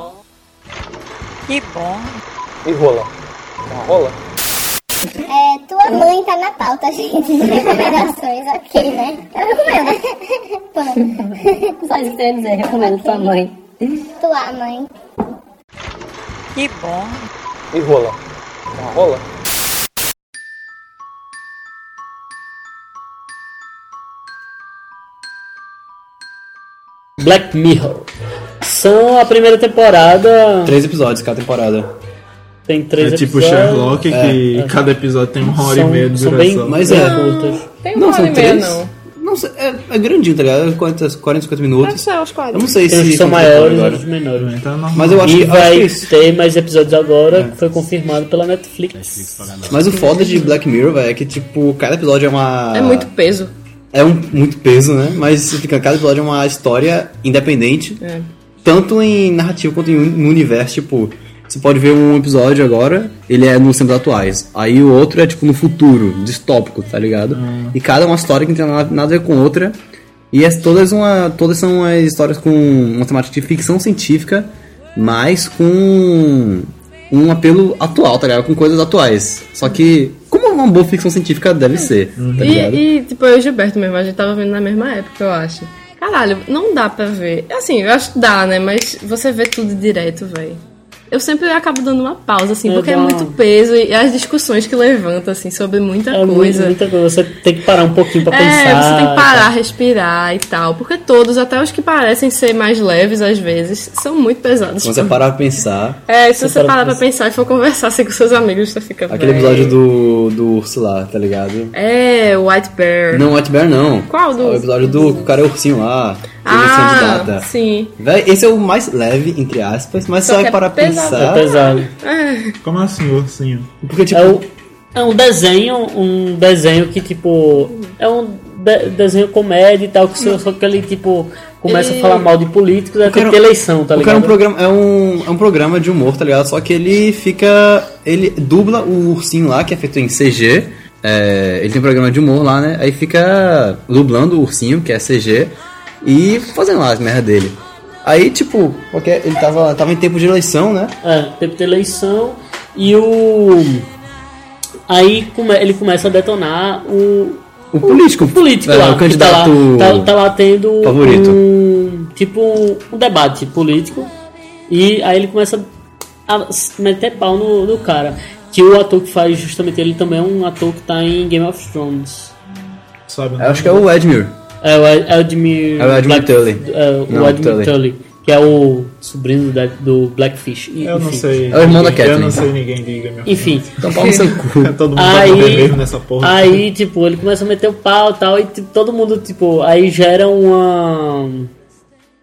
S13: Que bom.
S5: E rola. Uma rola?
S15: É, tua mãe tá na pauta, gente. de Recomendações, ok, né? Eu recomendo.
S16: Só isso que eu ia dizer, recomendo tua mãe.
S15: Tua mãe.
S13: Que bom.
S5: E rola. Uma rola?
S2: Black Mirror. São a primeira temporada.
S7: Três episódios cada temporada.
S2: Tem três
S7: É tipo
S2: episódios.
S7: Sherlock, que cada episódio tem uma hora e
S2: São-
S7: meia de
S2: São bem,
S7: duração.
S2: mas
S7: Mas
S2: é.
S7: é.
S3: Tem
S7: Não,
S3: uma hora
S7: são
S3: e meia,
S7: três.
S3: não.
S7: Não sei, é, é grandinho, tá ligado? 40, 40 50
S3: Deve
S7: minutos.
S3: ser uns 40.
S7: Eu não sei
S2: Tem uns
S7: se.
S2: que são
S7: como que tá
S2: maiores e
S7: agora.
S2: os menores.
S8: Então, é
S7: Mas Então, eu acho
S2: e
S7: que- acho
S2: vai
S7: que é isso-
S2: ter mais episódios agora, que foi confirmado pela Netflix.
S7: Mas o foda de Black Mirror, velho, é que, tipo, cada episódio é uma.
S3: É muito peso.
S7: É um, muito peso, né? Mas fica, cada episódio é uma história independente.
S3: É.
S7: tanto em narrativa quanto em un- no universo, tipo, você pode ver um episódio agora, ele é nos tempos atuais. Aí o outro é tipo no futuro, distópico, tá ligado? E cada uma história que não tem na- nada, a ver com outra. E as, todas, uma, todas são as histórias com uma temática de ficção científica, mas com um apelo atual, tá ligado? Com coisas atuais. Só que, como uma boa ficção científica deve ser,
S3: Uhum.
S7: tá ligado?
S3: E, e, tipo, eu e o Gilberto mesmo, a gente tava vendo na mesma época, eu acho. Caralho, não dá pra ver. Assim, eu acho que dá, né? Mas você vê tudo direto, velho. Eu sempre acabo dando uma pausa, assim,
S2: Eu
S3: porque é
S2: dou-
S3: muito peso e as discussões que levanta, assim, sobre muita
S2: É
S3: coisa.
S2: Muita coisa. Você tem que parar um pouquinho pra
S3: é,
S2: pensar.
S3: você tem que parar, respirar e tal. Porque todos, até os que parecem ser mais leves às vezes, são muito pesados.
S7: Se você parar pra pensar,
S3: É, se
S7: Você
S3: você
S7: para
S3: parar
S7: pra
S3: pra pensar e for conversar assim, com seus amigos, você fica.
S7: aquele
S3: "Véi".
S7: episódio do, do urso lá, tá ligado?
S3: É, White Bear.
S7: Não, White Bear não.
S3: Qual do-
S7: É O episódio do que o cara é ursinho lá. que Ele se
S3: Ah,
S7: candidata.
S3: sim.
S7: Véi, esse é o mais leve, entre aspas, mas
S3: Só
S7: só
S3: que é
S7: é para
S3: pesado.
S7: pensar.
S2: É pesado.
S8: Como assim, ursinho?
S7: Porque, tipo,
S2: é, o- é um desenho, um desenho que, tipo. É um de- desenho comédia e tal, que só, só que ele, tipo, começa
S7: Ele-
S2: a falar mal de políticos, é
S7: cara-
S2: tipo eleição, tá
S7: o
S2: ligado?
S7: cara é um, programa, é, um, é um programa de humor, tá ligado? Só que ele fica. Ele dubla o ursinho lá, que é feito em CG. É, ele tem um programa de humor lá, né? Aí fica dublando o ursinho, que é CG, e fazendo lá as merdas dele. Aí, tipo, porque ele tava, tava em tempo de eleição, né?
S2: É, tempo de eleição. E o. Aí come- ele começa a detonar o.
S7: O político.
S2: O político
S7: É,
S2: lá. que
S7: o
S2: tá
S7: candidato
S2: lá- Tá tá lá tendo.
S7: favorito.
S2: Um, tipo, um, um debate político. E aí ele começa a s- meter pau no, no cara. Que o ator que faz justamente ele também é um ator que tá em Game of Thrones.
S8: Sabe?
S7: Eu acho que é o Edmure.
S2: É o Ed- Edmir.
S7: É o Edmure Tully.
S2: É, o
S7: Não,
S2: Edmure Tully.
S7: Tully.
S2: Que é o sobrinho da- do Blackfish. E-
S8: Eu não
S2: enfim.
S8: sei.
S7: É o irmão da
S8: Eu não
S7: Catherine.
S8: sei ninguém liga, meu
S2: Enfim.
S7: Então pau no seu cu.
S8: Todo mundo vai morrer
S2: aí,
S8: mesmo nessa porra.
S2: aí, tipo, ele começa a meter o pau e tal, e tipo, todo mundo, tipo, aí gera uma.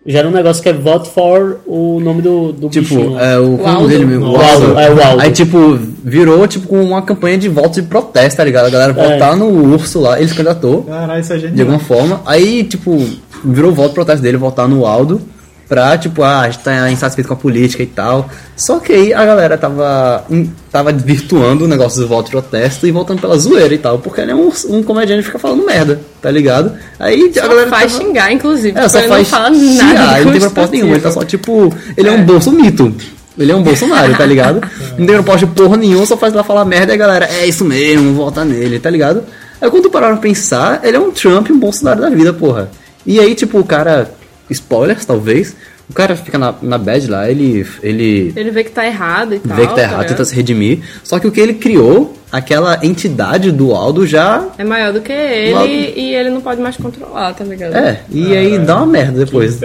S2: Gera um negócio que é vote for o nome do, do
S7: Tipo,
S2: bichinho.
S7: é, o
S2: Aldo.
S7: como dele mesmo?
S2: O Aldo, é o Aldo.
S7: Aí, tipo, virou tipo com uma campanha de voto de protesto, tá ligado? A galera
S2: É.
S7: votar no urso lá, ele se candidatou
S8: Caralho, isso é
S7: de
S8: genial.
S7: alguma forma. Aí, tipo, virou voto de protesto dele, votar no Aldo. Pra, tipo, ah, a gente tá insatisfeito com a política e tal. Só que aí a galera tava, em- tava desvirtuando o negócio do voto de protesto e voltando pela zoeira e tal. Porque ele é um, um comediante que fica falando merda, tá ligado? Aí a
S3: Só
S7: galera
S3: faz
S7: tava-
S3: xingar, inclusive.
S7: é,
S3: porque
S7: só
S3: ele
S7: faz
S3: não fala nada.
S7: chiar, ele não tem proposta
S3: construtivo.
S7: nenhuma, ele tá só tipo. Ele é, um bolso mito. Ele é um Bolsonaro, tá ligado? Não tem proposta de porra nenhuma, só faz lá falar merda e a galera, é isso mesmo, volta nele, tá ligado? Aí quando pararam pra pensar, ele é um Trump e um Bolsonaro da vida, porra. E aí, tipo, o cara. Spoilers, talvez. O cara fica na, na bad lá, ele. ele
S3: Ele vê que tá errado e tal.
S7: vê que tá errado,
S3: ligado?
S7: tenta se redimir. Só que o que ele criou, aquela entidade do Aldo já.
S3: É maior do que ele
S7: Logo-
S3: e ele não pode mais controlar, tá ligado?
S7: É, e aí dá uma merda depois.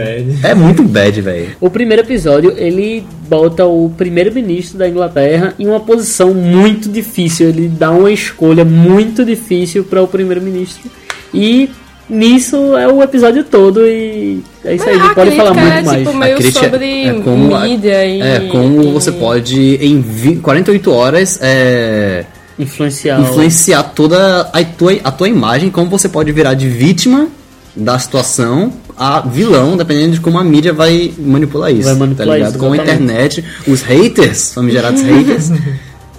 S7: É muito bad, velho.
S2: O primeiro episódio, ele bota o primeiro-ministro da Inglaterra em uma posição muito difícil. Ele dá uma escolha muito difícil para o primeiro-ministro. E Nisso é o episódio todo e é isso aí,
S3: Mas
S2: não
S3: a
S2: pode falar
S3: crítica
S2: muito
S3: é,
S2: mais.
S3: tipo, meio
S2: A
S3: Eu
S2: crítica-
S3: sobre
S7: a-
S3: mídia e-
S7: É, como você pode em vi- 48 horas é,
S3: Então.
S2: influenciar,
S7: influenciar toda a tua, a tua imagem, como você pode virar de vítima da situação a vilão, dependendo de como a mídia vai manipular isso.
S2: Vai manipular
S7: tá ligado?
S2: isso,
S7: Com a
S2: exatamente.
S7: internet, os haters, famigerados haters.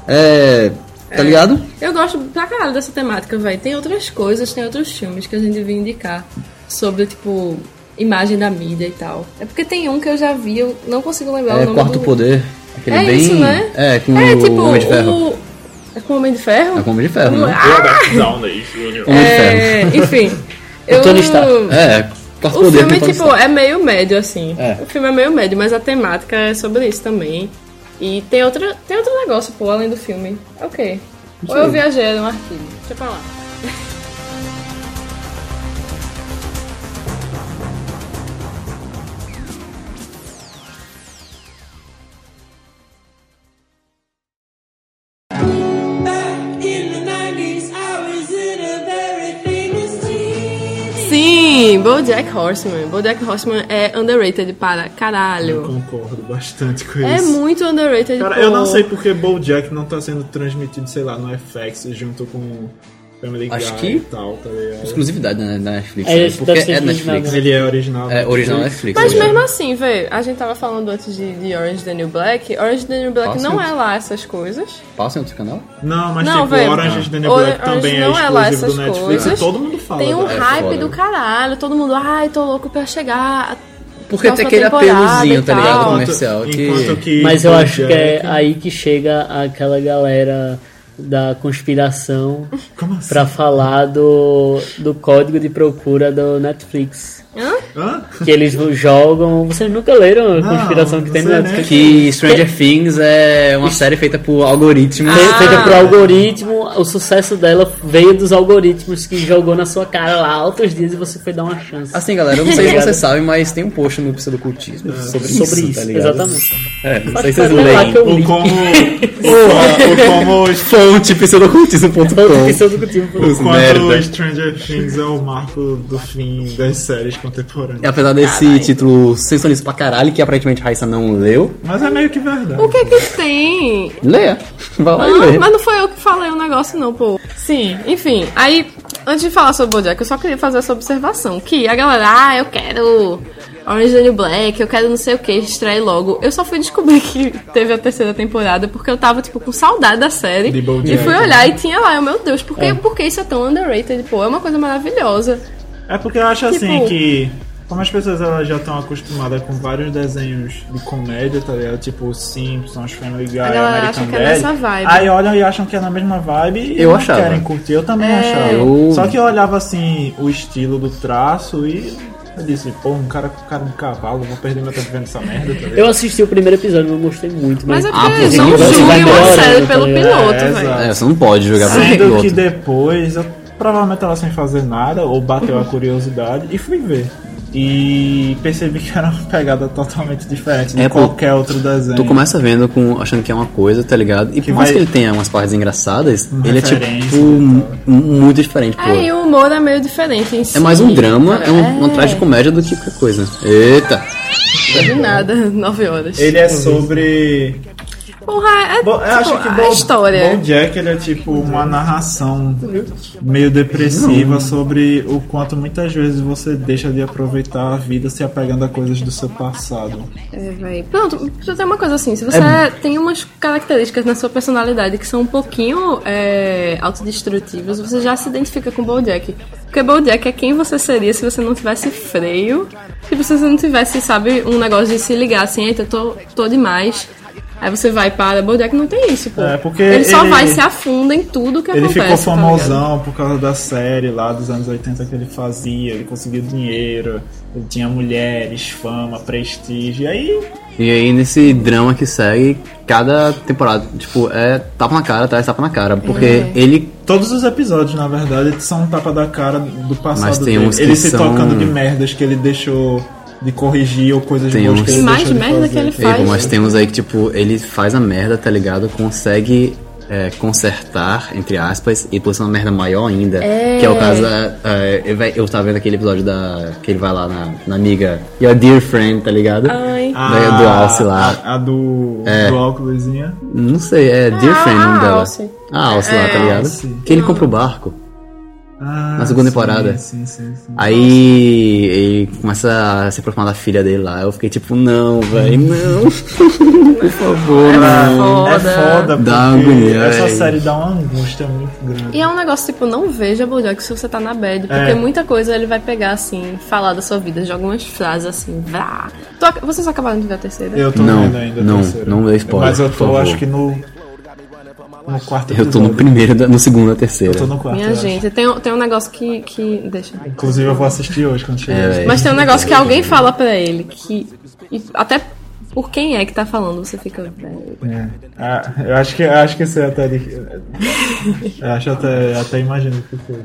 S7: é, tá ligado?
S3: Eu gosto pra caralho dessa temática, velho. Tem outras coisas, tem outros filmes que a gente devia indicar sobre, tipo, imagem da mídia e tal. É porque tem um que eu já vi, eu não consigo lembrar
S7: É,
S3: o nome
S7: quarto
S3: do...
S7: poder. Aquele
S3: É
S7: bem.
S3: isso, né?
S7: É, com
S3: é, tipo,
S7: o Homem de Ferro.
S3: o... É com o Homem de Ferro?
S7: É com o Homem de Ferro, né?
S3: Ah!
S7: Homem de
S3: É,
S7: Ferro.
S3: enfim. Eu...
S7: É, quarto
S3: O
S7: poder
S3: filme,
S7: tem Tony
S3: tipo,
S7: Stark.
S3: é meio médio, assim.
S7: É.
S3: O filme é meio médio, mas a temática é sobre isso também. E tem, outra, tem outro negócio, pô, além do filme. É o quê?
S17: Não
S3: Ou eu
S17: sei.
S3: viajei no arquivo. Deixa pra lá. Sim, BoJack Horseman. BoJack Horseman é underrated para
S8: Eu
S3: caralho.
S8: concordo bastante com
S3: É
S8: isso.
S3: muito underrated.
S8: Cara,
S3: pô.
S8: eu não sei porque BoJack não tá sendo transmitido, sei lá, no FX junto com Family Guy
S7: Acho
S8: e
S7: que
S8: tal, tá ligado?
S7: Exclusividade né, da Netflix.
S8: É,
S7: né?
S8: esse
S7: Porque
S8: deve ser
S7: é
S8: original,
S7: Netflix.
S8: né? Ele é original.
S7: É original Netflix.
S3: Mas
S7: né?
S3: mesmo assim, velho, a gente tava falando antes de, de Orange is the New Black. Orange is the New Black
S7: Passa
S3: não
S7: isso.
S3: é lá essas coisas.
S7: Passa em outro canal?
S8: Não, mas
S3: Não,
S8: tipo,
S3: velho.
S8: Orange is the New
S3: Or-
S8: Black também é
S3: Orange não é lá
S8: exclusivo do
S3: essas
S8: Netflix. é
S3: coisas.
S8: Todo mundo fala.
S3: Tem um
S8: dela.
S7: É
S3: hype do caralho, todo mundo, ai, tô louco pra chegar. a
S7: Porque
S3: próxima
S7: tem aquele
S3: temporada
S7: apelozinho,
S3: e
S7: tá ligado,
S3: tal.
S7: comercial, que-
S8: Enquanto que
S2: Mas eu
S8: Bojack-
S2: acho que é aí que chega aquela galera da conspiração pra falar do, do código de procura do Netflix.
S8: Hã?
S2: Que eles jogam. Vocês nunca leram a
S7: Não,
S2: conspiração que
S7: não
S2: tem no
S7: sei,
S2: Netflix?
S7: né? Que Stranger Things é uma série feita por algoritmo.
S2: Fe- Feita por algoritmo, o sucesso dela veio dos algoritmos que jogou na sua cara lá altos dias e você foi dar uma chance.
S7: Assim, galera, eu não sei se
S2: Tá
S7: vocês
S2: ligado?
S7: sabem, mas tem um post no Pseudocultismo sobre,
S2: sobre
S7: isso,
S2: isso,
S7: tá ligado?
S2: exatamente.
S7: É, não sei
S2: Pode
S7: se vocês
S2: fazer lá
S7: leem.
S2: que eu Ou li.
S8: como-
S7: ou como... Fonte pseudocultismo.com Os
S8: Enquanto
S7: merda.
S8: Stranger Things é o marco do fim das séries contemporâneas.
S7: E apesar desse título sensacionalista pra caralho, que aparentemente a Raissa não leu,
S8: Mas é meio que verdade.
S3: O que que tem?
S7: leia. Vai lá e
S3: Ah,
S7: lê.
S3: mas não foi eu que falei o negócio, não, pô. Sim, enfim. Aí, antes de falar sobre o Bojack, eu só queria fazer essa observação. Que a galera, ah, eu quero Orange is the New Black, eu quero não sei o que, estreia logo. Eu só fui descobrir que teve a terceira temporada porque eu tava, tipo, com saudade da série.
S17: De
S3: E
S17: BoJack,
S3: fui
S17: né?
S3: olhar e tinha lá, eu, meu Deus, por que,
S8: É.
S3: por que isso é tão underrated? Pô, é uma coisa maravilhosa.
S8: É porque eu acho
S3: Tipo-
S8: assim que. Como as pessoas elas já estão acostumadas com vários desenhos de comédia, tá ligado? Tipo Simpsons, Family Guy,
S3: A galera
S8: American
S3: acha que é
S8: Dad.
S3: nessa vibe.
S8: Aí olham e acham que é na mesma vibe e
S7: Eu
S8: não
S7: achava.
S8: querem curtir. Eu também
S7: É.
S8: achava.
S7: Eu-
S8: Só que eu olhava assim o estilo do traço e eu disse, pô, um cara com cara de cavalo, vou perder meu tempo vendo essa
S3: É
S8: merda, tá ligado?
S2: Eu assisti o primeiro episódio, eu gostei muito.
S8: Mas
S2: Mas,
S8: é porque
S2: Ah,
S8: eles
S2: pô,
S8: não
S2: você
S8: julgam
S2: vai
S8: a
S2: melhorando,
S8: série
S2: tá
S8: pelo
S2: ligado?
S8: piloto,
S2: É,
S8: velho.
S2: exato.
S7: É, você não pode jogar pelo
S8: Sendo
S7: piloto.
S8: que depois eu provavelmente tava sem fazer nada, ou bateu a curiosidade, e fui ver. E percebi que era uma pegada totalmente diferente de
S7: É, pô,
S8: qualquer outro desenho.
S7: Tu começa vendo com, achando que é uma coisa, tá ligado? E por mais
S8: vai-
S7: que ele tenha umas partes engraçadas,
S8: Uma
S7: ele é tipo
S8: referência né?
S7: mu- muito diferente, pô.
S3: Aí o humor é meio diferente em
S7: É mais um drama, é, um, uma
S3: trágico
S7: tragicomédia do que qualquer coisa. Eita!
S3: Do nada, nove horas.
S8: Ele é sobre.
S3: Porra, é,
S8: Bom, eu acho
S3: tipo,
S8: que
S3: a
S8: Bo-
S3: história.
S8: BoJack ele é tipo uma narração meio depressiva
S7: Não.
S8: sobre o quanto muitas vezes você deixa de aproveitar a vida se apegando a coisas do seu passado.
S3: É, véi. Pronto, só tem uma coisa assim, se você
S8: É-
S3: tem umas características na sua personalidade que são um pouquinho é, autodestrutivas, você já se identifica com o Bojack. Porque Bojack é quem você seria se você não tivesse freio, se você não tivesse, sabe, um negócio de se ligar assim, eita, tô, tô demais. Aí você vai para Bojack, não tem isso, pô.
S8: É, porque
S3: ele só
S8: ele-
S3: vai e se afunda em tudo que
S8: Ele
S3: acontece.
S8: ficou
S3: tá ligado?
S8: famosão por causa da série lá dos anos 80 que ele fazia, ele conseguiu dinheiro, ele tinha mulheres, fama, prestígio, e aí
S7: E aí, nesse drama que segue, cada temporada, tipo, é tapa na cara, atrás tapa na cara. Porque
S8: É.
S7: ele.
S8: Todos os episódios, na verdade, são um tapa da cara do passado
S7: Mas tem
S8: dele.
S7: uns que
S8: ele se
S7: são-
S8: tocando de merdas que ele deixou de corrigir ou coisas
S7: Tem
S8: boas
S7: uns-
S8: que ele
S3: E mais
S8: deixou de
S3: merda que
S8: fazer.
S3: ele faz.
S7: tipo, Mas tem uns aí que, tipo, ele faz a merda, tá ligado? Consegue é, consertar, entre aspas, e pôs uma merda maior ainda.
S11: É.
S7: Que é o caso da. é, eu vai- eu tava vendo aquele episódio da. que ele vai lá na, na amiga Your Dear Friend, tá ligado?
S8: Ai.
S7: Da, do
S8: Ah,
S7: Alce lá.
S8: A, a do,
S7: É.
S8: do óculosinha.
S7: Não sei, é Dear
S8: Ah,
S7: Friend o nome dela.
S8: Alce.
S7: Ah, Alce lá, tá
S8: É,
S7: ligado?
S8: Alce.
S7: Que ele compra o barco.
S8: Ah,
S7: na segunda
S8: sim,
S7: temporada.
S8: Sim, sim, sim.
S7: Aí ele começa a se aproximar da filha dele lá. Eu fiquei tipo, não, velho, não. Por favor,
S8: Ela-
S7: não.
S8: É foda, porque
S7: Dá agonia.
S8: essa
S7: véi.
S8: série dá uma angústia muito grande.
S3: E é um negócio tipo, não veja Bojack se você tá na bad, porque
S8: É.
S3: muita coisa ele vai pegar assim, falar da sua vida, joga umas frases assim, vá. Tu ac- Vocês acabaram de ver a terceira?
S8: Eu tô
S7: Não,
S8: vendo ainda. a
S7: não,
S8: terceira.
S7: não dê spoiler,
S8: Mas eu
S7: por
S8: tô,
S7: favor.
S8: acho que no. No quarto
S7: Eu tô no
S8: episódio.
S7: primeiro, no segundo, na terceira.
S8: Eu tô no quarto.
S3: Minha
S8: eu acho.
S3: gente, tem, um- tem um negócio que, que. Deixa.
S8: Inclusive eu vou assistir hoje quando chegar.
S7: É, véi.
S3: Mas tem um negócio que alguém fala pra ele que. e até por quem é que tá falando, você fica. "Véi".
S8: É. Ah, eu acho que eu acho que esse é até. de- Eu acho até, até imagino que seja.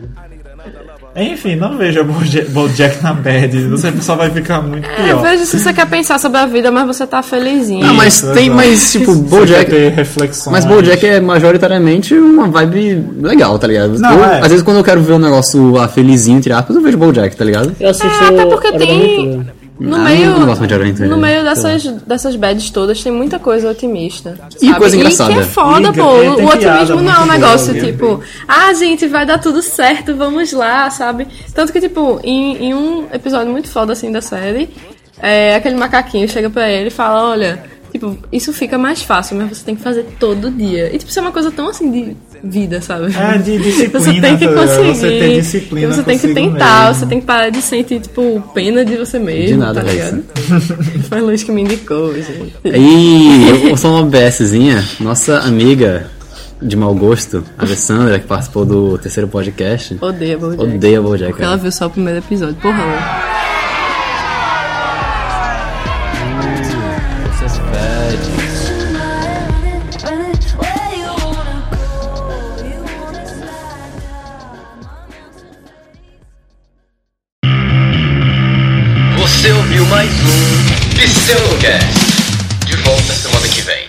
S8: Enfim, não veja Boja- BoJack na bad. Você só vai ficar muito
S3: É,
S8: pior.
S3: veja se você quer pensar sobre a vida, mas você tá felizinho.
S7: Ah, mas tem, mas tipo, Bojack.
S8: ter reflexões.
S7: Mas Bojack é majoritariamente uma vibe legal, tá ligado?
S3: Não,
S7: Eu,
S3: é.
S7: Às vezes quando eu quero ver um negócio ah, felizinho, entre aspas, eu vejo Bojack, tá ligado?
S2: Eu assisto.
S3: até Ah, porque
S2: Hora da
S3: tem-
S2: Aventura.
S3: No
S7: Ah,
S3: meio,
S7: eu não gosto muito de Hora da Aventura,
S3: no
S7: né?
S3: meio
S7: Então.
S3: dessas, dessas bads todas tem muita coisa otimista.
S7: E
S3: sabe?
S7: coisa
S3: E que
S7: engraçada.
S3: é foda,
S7: E
S3: pô.
S7: tem- tem
S3: O
S7: piada
S3: otimismo não é um
S7: muito
S3: negócio
S7: boa, né?
S3: tipo, ah, gente, vai dar tudo certo, vamos lá, sabe? Tanto que, tipo, em, em um episódio muito foda assim da série, é, aquele macaquinho chega pra ele e fala: olha, tipo, isso fica mais fácil, mas você tem que fazer todo dia. E, tipo, isso é uma coisa tão assim de vida, sabe?
S8: É, de disciplina,
S3: Você tem que
S8: tá ligado?
S3: conseguir.
S8: Você tem disciplina
S3: Você tem que
S8: consigo
S3: tentar,
S8: mesmo.
S3: você tem que parar de sentir, tipo, pena de você mesmo.
S7: De nada, é
S3: tá
S7: Raíssa.
S3: ligado? Foi Luiz que me indicou, gente.
S7: E eu sou uma BSzinha, nossa amiga de mau gosto, a Alessandra, que participou do terceiro podcast.
S3: Odeia Bojack.
S7: Odeia Bojack,
S3: Porque ela
S7: cara.
S3: viu só o primeiro episódio. Porra.
S17: Você ouviu mais um Pseudocast. De volta semana que vem.